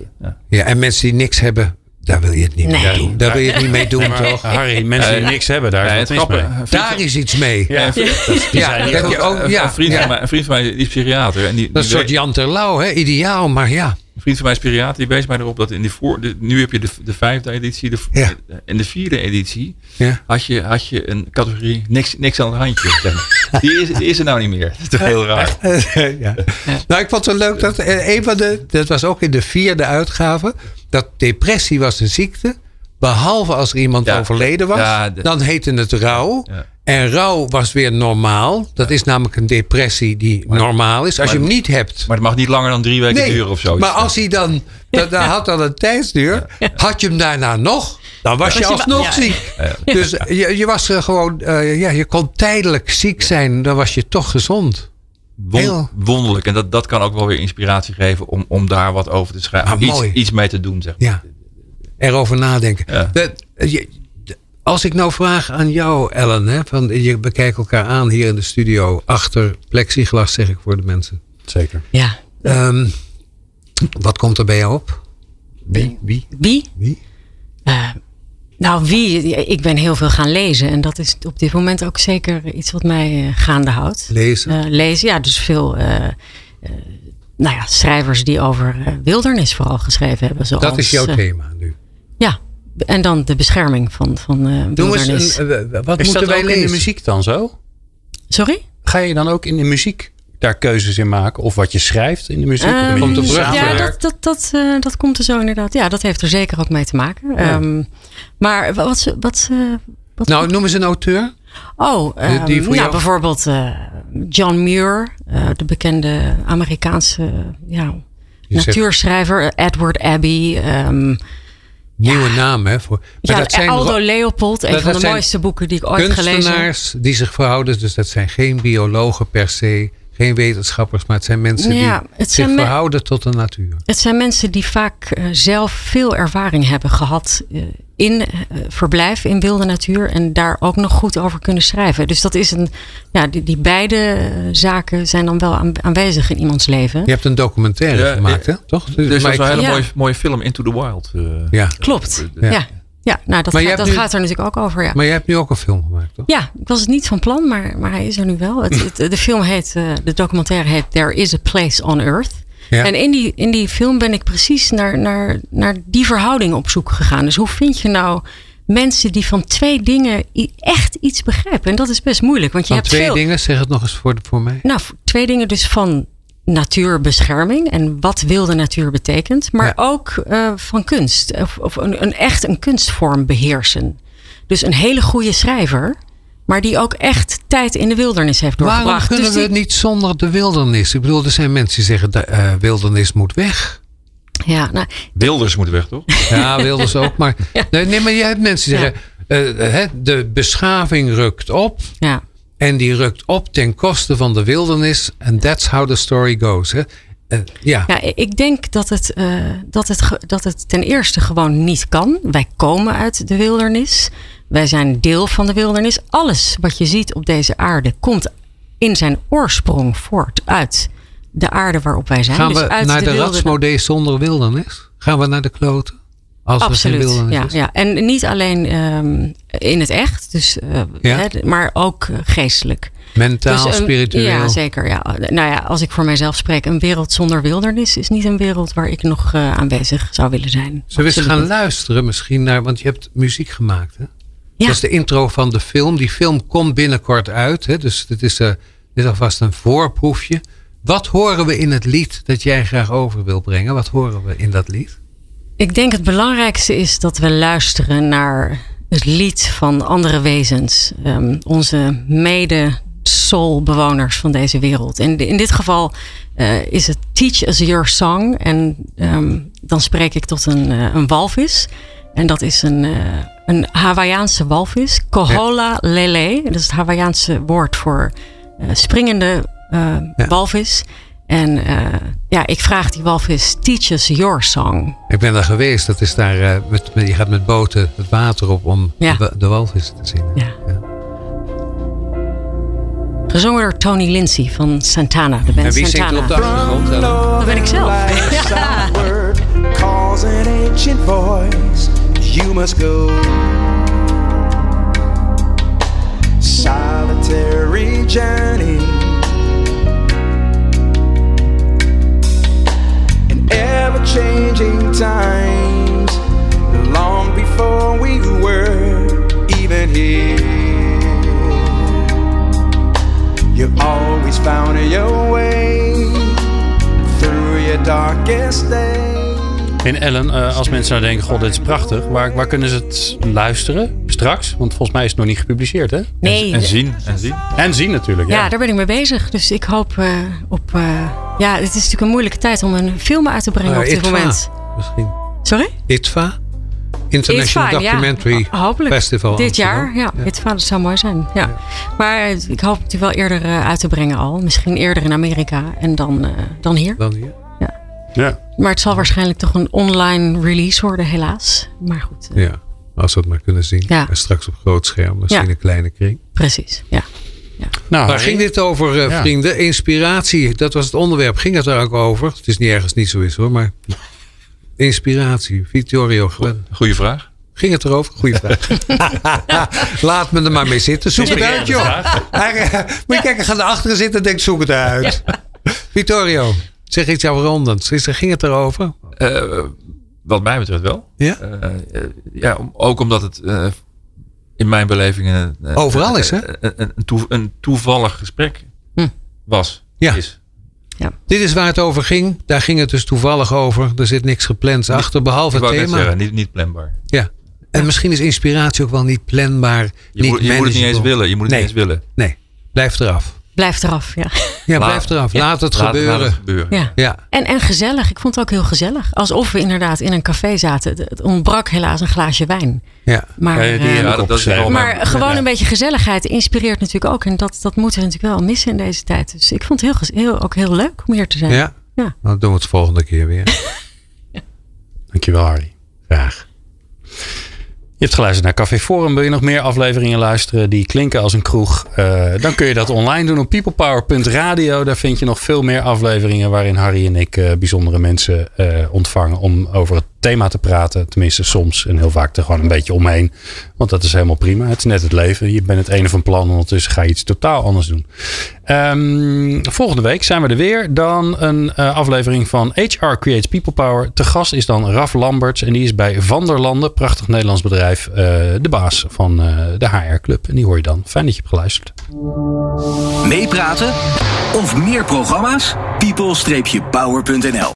Ja, en mensen die niks hebben, daar wil je het niet mee Nee. doen. Daar wil je het niet mee doen, toch? Harry, mensen die niks hebben, daar Ja, is het wat mis mee. grappige- een vriend Daar is iets mee. Ja, Ja, dat je ook, van- ja, een vriend, ja. Van mij, een vriend van mij die is psychiater. En die, Dat is die een soort weet- Jan Terlouw, hè? Ideaal, maar ja. een vriend van mij is psychiater. Die wees mij erop dat in die voor, de- nu heb je de, de vijfde editie. De, Ja. En de vierde editie. ja. had je, had je een categorie niks, niks aan het handje. Zeg [laughs] maar. die, is, die is er nou niet meer. Dat is toch heel raar. ja. Nou, ik vond het wel leuk dat eh, een van de, dat was ook in de vierde uitgave, dat depressie was een ziekte. Behalve als er iemand Ja. overleden was, Ja, de- dan heette het rouw. Ja. En rouw was weer normaal. Dat is namelijk een depressie die normaal is. Als je hem niet hebt. Maar het mag niet langer dan drie weken nee, duren of zo. maar als hij [laughs] dan, dat, dat had dan een tijdsduur, had je hem daarna nog, dan was je je wa- alsnog ja. ziek. Dus je, je was er gewoon, eh, ja, je kon tijdelijk ziek zijn, dan was je toch gezond. Won- heel- Wonderlijk. En dat, dat kan ook wel weer inspiratie geven om, om daar wat over te schrijven. Ah, iets, mooi. iets mee te doen, zeg maar. Ja. Erover nadenken. Ja. Dat- je- d- als ik nou vraag aan jou, Ellen, hè, van, je bekijkt elkaar aan hier in de studio, achter plexiglas, zeg ik voor de mensen. Zeker. Ja. Ehm, Wat komt er bij jou op? Wie? Wie? Wie? Wie? Eh, nou, wie? Ik ben heel veel gaan lezen. En dat is op dit moment ook zeker iets wat mij eh, gaande houdt. Lezen? Eh, lezen, ja. Dus veel eh, eh, nou ja, schrijvers die over eh, wildernis vooral geschreven hebben. Zoals, dat is jouw eh, thema nu. ja. En dan de bescherming van, van eh, Doe wildernis. eens een, eh, wat Is moeten dat wij ook in lezen? de muziek dan zo? Sorry? Ga je dan ook in de muziek daar keuzes in maken? Of wat je schrijft in de muziek? Of Ehm, ben je Komt op samen- brug Ja, weer. dat, dat, dat, eh, dat komt er zo inderdaad. Ja, dat heeft er zeker ook mee te maken. Ehm, maar wat... ze- wat, ze- wat Nou, noem eens een auteur. Oh, ehm, die voor nou, jou- bijvoorbeeld eh, John Muir, eh, de bekende Amerikaanse ja, Je zegt- natuurschrijver, eh, Edward Abbey. ehm, Nieuwe naam, hè? Voor, maar ja, dat zijn Aldo ro- Leopold, een dat- van dat de zijn mooiste boeken die ik ooit gelezen heb. kunstenaars die zich verhouden. Dus dat zijn geen biologen per se, geen wetenschappers, maar het zijn mensen Ja, die het zich zijn me- verhouden tot de natuur. Het zijn mensen die vaak eh, zelf veel ervaring hebben gehad eh, in eh, verblijf in wilde natuur en daar ook nog goed over kunnen schrijven. Dus dat is een, ja, die, die beide eh, zaken zijn dan wel aan- aanwezig in iemands leven. Je hebt een documentaire Ja, gemaakt, ja. hè? Toch? Dus- Er is maar zo'n ik- hele Ja. mooie, mooie film Into the Wild. eh, ja. Klopt. Ja, eh, Ja. ja. nou dat, Maar je gaat, hebt dat nu- gaat er natuurlijk ook over. Ja. Maar jij hebt nu ook een film gemaakt, toch? ja, ik was het niet van plan, maar, maar hij is er nu wel. Het, het- de film heet, eh, de documentaire heet There is a Place on Earth. Ja. En in die, in die film ben ik precies naar, naar, naar die verhouding op zoek gegaan. Dus hoe vind je nou mensen die van twee dingen i- echt iets begrijpen? En dat is best moeilijk, want je Van hebt twee veel... dingen, zeg het nog eens voor, voor mij. Nou, v- twee dingen dus van natuurbescherming en wat wilde natuur betekent, maar Ja. ook eh, van kunst. Of, of een, een echt een kunstvorm beheersen. Dus een hele goede schrijver, maar die ook echt tijd in de wildernis heeft doorgebracht. Waarom kunnen Dus we die- het niet zonder de wildernis? Ik bedoel, er zijn mensen die zeggen, de eh, wildernis moet weg. Ja, nou, Wilders moet weg, toch? Ja, [laughs] wilders ook. Maar, nee, nee, maar je hebt mensen die Ja. zeggen, eh, hè, de beschaving rukt op. ja. En die rukt op ten koste van de wildernis. En that's how the story goes. Hè? Eh, ja. Ja, Nou, i- ik denk dat het, eh, dat, het, ge- dat het ten eerste gewoon niet kan. Wij komen uit de wildernis. Wij zijn deel van de wildernis. Alles wat je ziet op deze aarde komt in zijn oorsprong voort uit de aarde waarop wij zijn. Gaan Dus we uit naar de, wildernis. ratsmodee zonder wildernis? Gaan we naar de kloten? Als er geen Absoluut. wildernis Ja, is? ja. En niet alleen ehm, in het echt, dus, eh, Ja. hè, maar ook eh, geestelijk. Mentaal, Dus een- spiritueel. Ja, zeker. Ja. Nou ja, als ik voor mijzelf spreek, een wereld zonder wildernis is niet een wereld waar ik nog eh, aanwezig zou willen zijn. Zullen we eens gaan Absoluut luisteren misschien naar... Want je hebt muziek gemaakt, hè? Ja. Dat is de intro van de film. Die film komt binnenkort uit. Hè? Dus dit is, eh, dit is alvast een voorproefje. Wat horen we in het lied dat jij graag over wil brengen? Wat horen we in dat lied? niet. Ik denk het belangrijkste is dat we luisteren naar het lied van andere wezens. Ehm, onze mede soulbewoners van deze wereld. En in dit geval eh, is het Teach Us Your Song. En ehm, dan spreek ik tot een, eh, een walvis. En dat is een, eh een Hawaïaanse walvis. Kohola lele. Dat is het Hawaïaanse woord voor eh, springende eh, Ja. walvis. En eh, ja, ik vraag die walvis, teach us your song. Ik ben daar geweest. Dat is daar, eh, met, met- je gaat met boten het water op om Ja. de, de walvis te zien. Ja. Gezongen door Tony Lindsay van Santana, de band En wie zingt Santana. er op de achtergrond? Ellen? Dat ben ik zelf. Life's Ja. outward calls an ancient voice. You must go. Solitary journey. In ever changing times. Long before we were even here. You always found your way through your darkest days. En Ellen, eh, als mensen nou denken, god, dit is prachtig. Waar, waar kunnen ze het luisteren? Straks? Want volgens mij is het nog niet gepubliceerd, hè? Nee, En zien, en zien. En zien natuurlijk, ja. Ja, daar ben ik mee bezig. Dus ik hoop eh, op. eh, ja, het is natuurlijk een moeilijke tijd om een film uit te brengen Eh, op dit Itva, moment. Misschien. Sorry? ITVA? International It's fine, Documentary ja. Ho- Hopelijk. Festival Dit Amsterdam. jaar, ja. It's fine, dat zou mooi zijn. Ja. Maar eh, ik hoop het wel eerder eh, uit te brengen al. Misschien eerder in Amerika en dan, eh, dan hier. Dan hier. Ja. Maar het zal waarschijnlijk toch een online release worden, helaas. Maar goed, eh, Ja, als we het maar kunnen zien. Ja. En straks op groot scherm, misschien Ja. een kleine kring. precies. Ja. Nou, Waar ging dit over, eh, Ja. vrienden? Inspiratie, dat was het onderwerp. Ging het daar ook over? Het is niet ergens niet zo is hoor, maar [laughs] inspiratie. Vittorio, Glenn. Goeie vraag. ging het erover? Goeie vraag. [laughs] Laat me er maar mee zitten. Zoek het uit, Inspirerende joh. Eigenlijk, Moet je kijken, ga achteren zitten en denk, zoek het uit. Vittorio, zeg iets afrondends. Is er- Ging het erover? Eh, wat mij betreft wel. Ja? Eh, eh, ja, om- ook omdat het eh, in mijn beleving een, eh, Oh, Overal is, hè? Een, een, een toe- een toevallig gesprek Hm. was. Ja. Is. Dit is waar het over ging. Daar ging het dus toevallig over. Er zit niks gepland achter, behalve het Ik wou net thema. zeggen, niet, niet planbaar. Ja. En misschien is inspiratie ook wel niet planbaar. Je, niet moet, je moet het niet eens manageable. willen. Je moet het Nee. niet eens willen. Nee, blijf eraf. Blijf eraf, ja. Ja, Laat- blijf eraf. ja, Laat het gebeuren. Laat het gebeuren. ja. Ja. En, en gezellig. Ik vond het ook heel gezellig. Alsof we inderdaad in een café zaten. Het- Het ontbrak helaas een glaasje wijn. ja. Maar, eh, die eh, heb ik dat- dat is opgeschreven. wel mijn- maar gewoon een beetje gezelligheid inspireert natuurlijk ook. En dat, dat moeten we natuurlijk wel missen in deze tijd. Dus ik vond het heel, gez- heel, ook heel leuk om hier te zijn. ja. Ja. Dan doen we het volgende keer weer. Dankjewel, Harry. Graag. Je hebt geluisterd naar Café Forum. Wil je nog meer afleveringen luisteren die klinken als een kroeg? Eh, dan kun je dat online doen op peoplepower.radio. Daar vind je nog veel meer afleveringen waarin Harry en ik eh, bijzondere mensen eh, ontvangen om over het thema te praten. Tenminste, soms en heel vaak er gewoon een beetje omheen. Want dat is helemaal prima. Het is net het leven. Je bent het ene van plan. Ondertussen ga je iets totaal anders doen. Ehm, volgende week zijn we er weer. Dan een eh, aflevering van HR Creates People Power. Te gast is dan Raf Lamberts. En die is bij Van der Landen, prachtig Nederlands bedrijf, eh, de baas van eh, de HR Club. En die hoor je dan. Fijn dat je hebt geluisterd. Meepraten of meer programma's? people-power.nl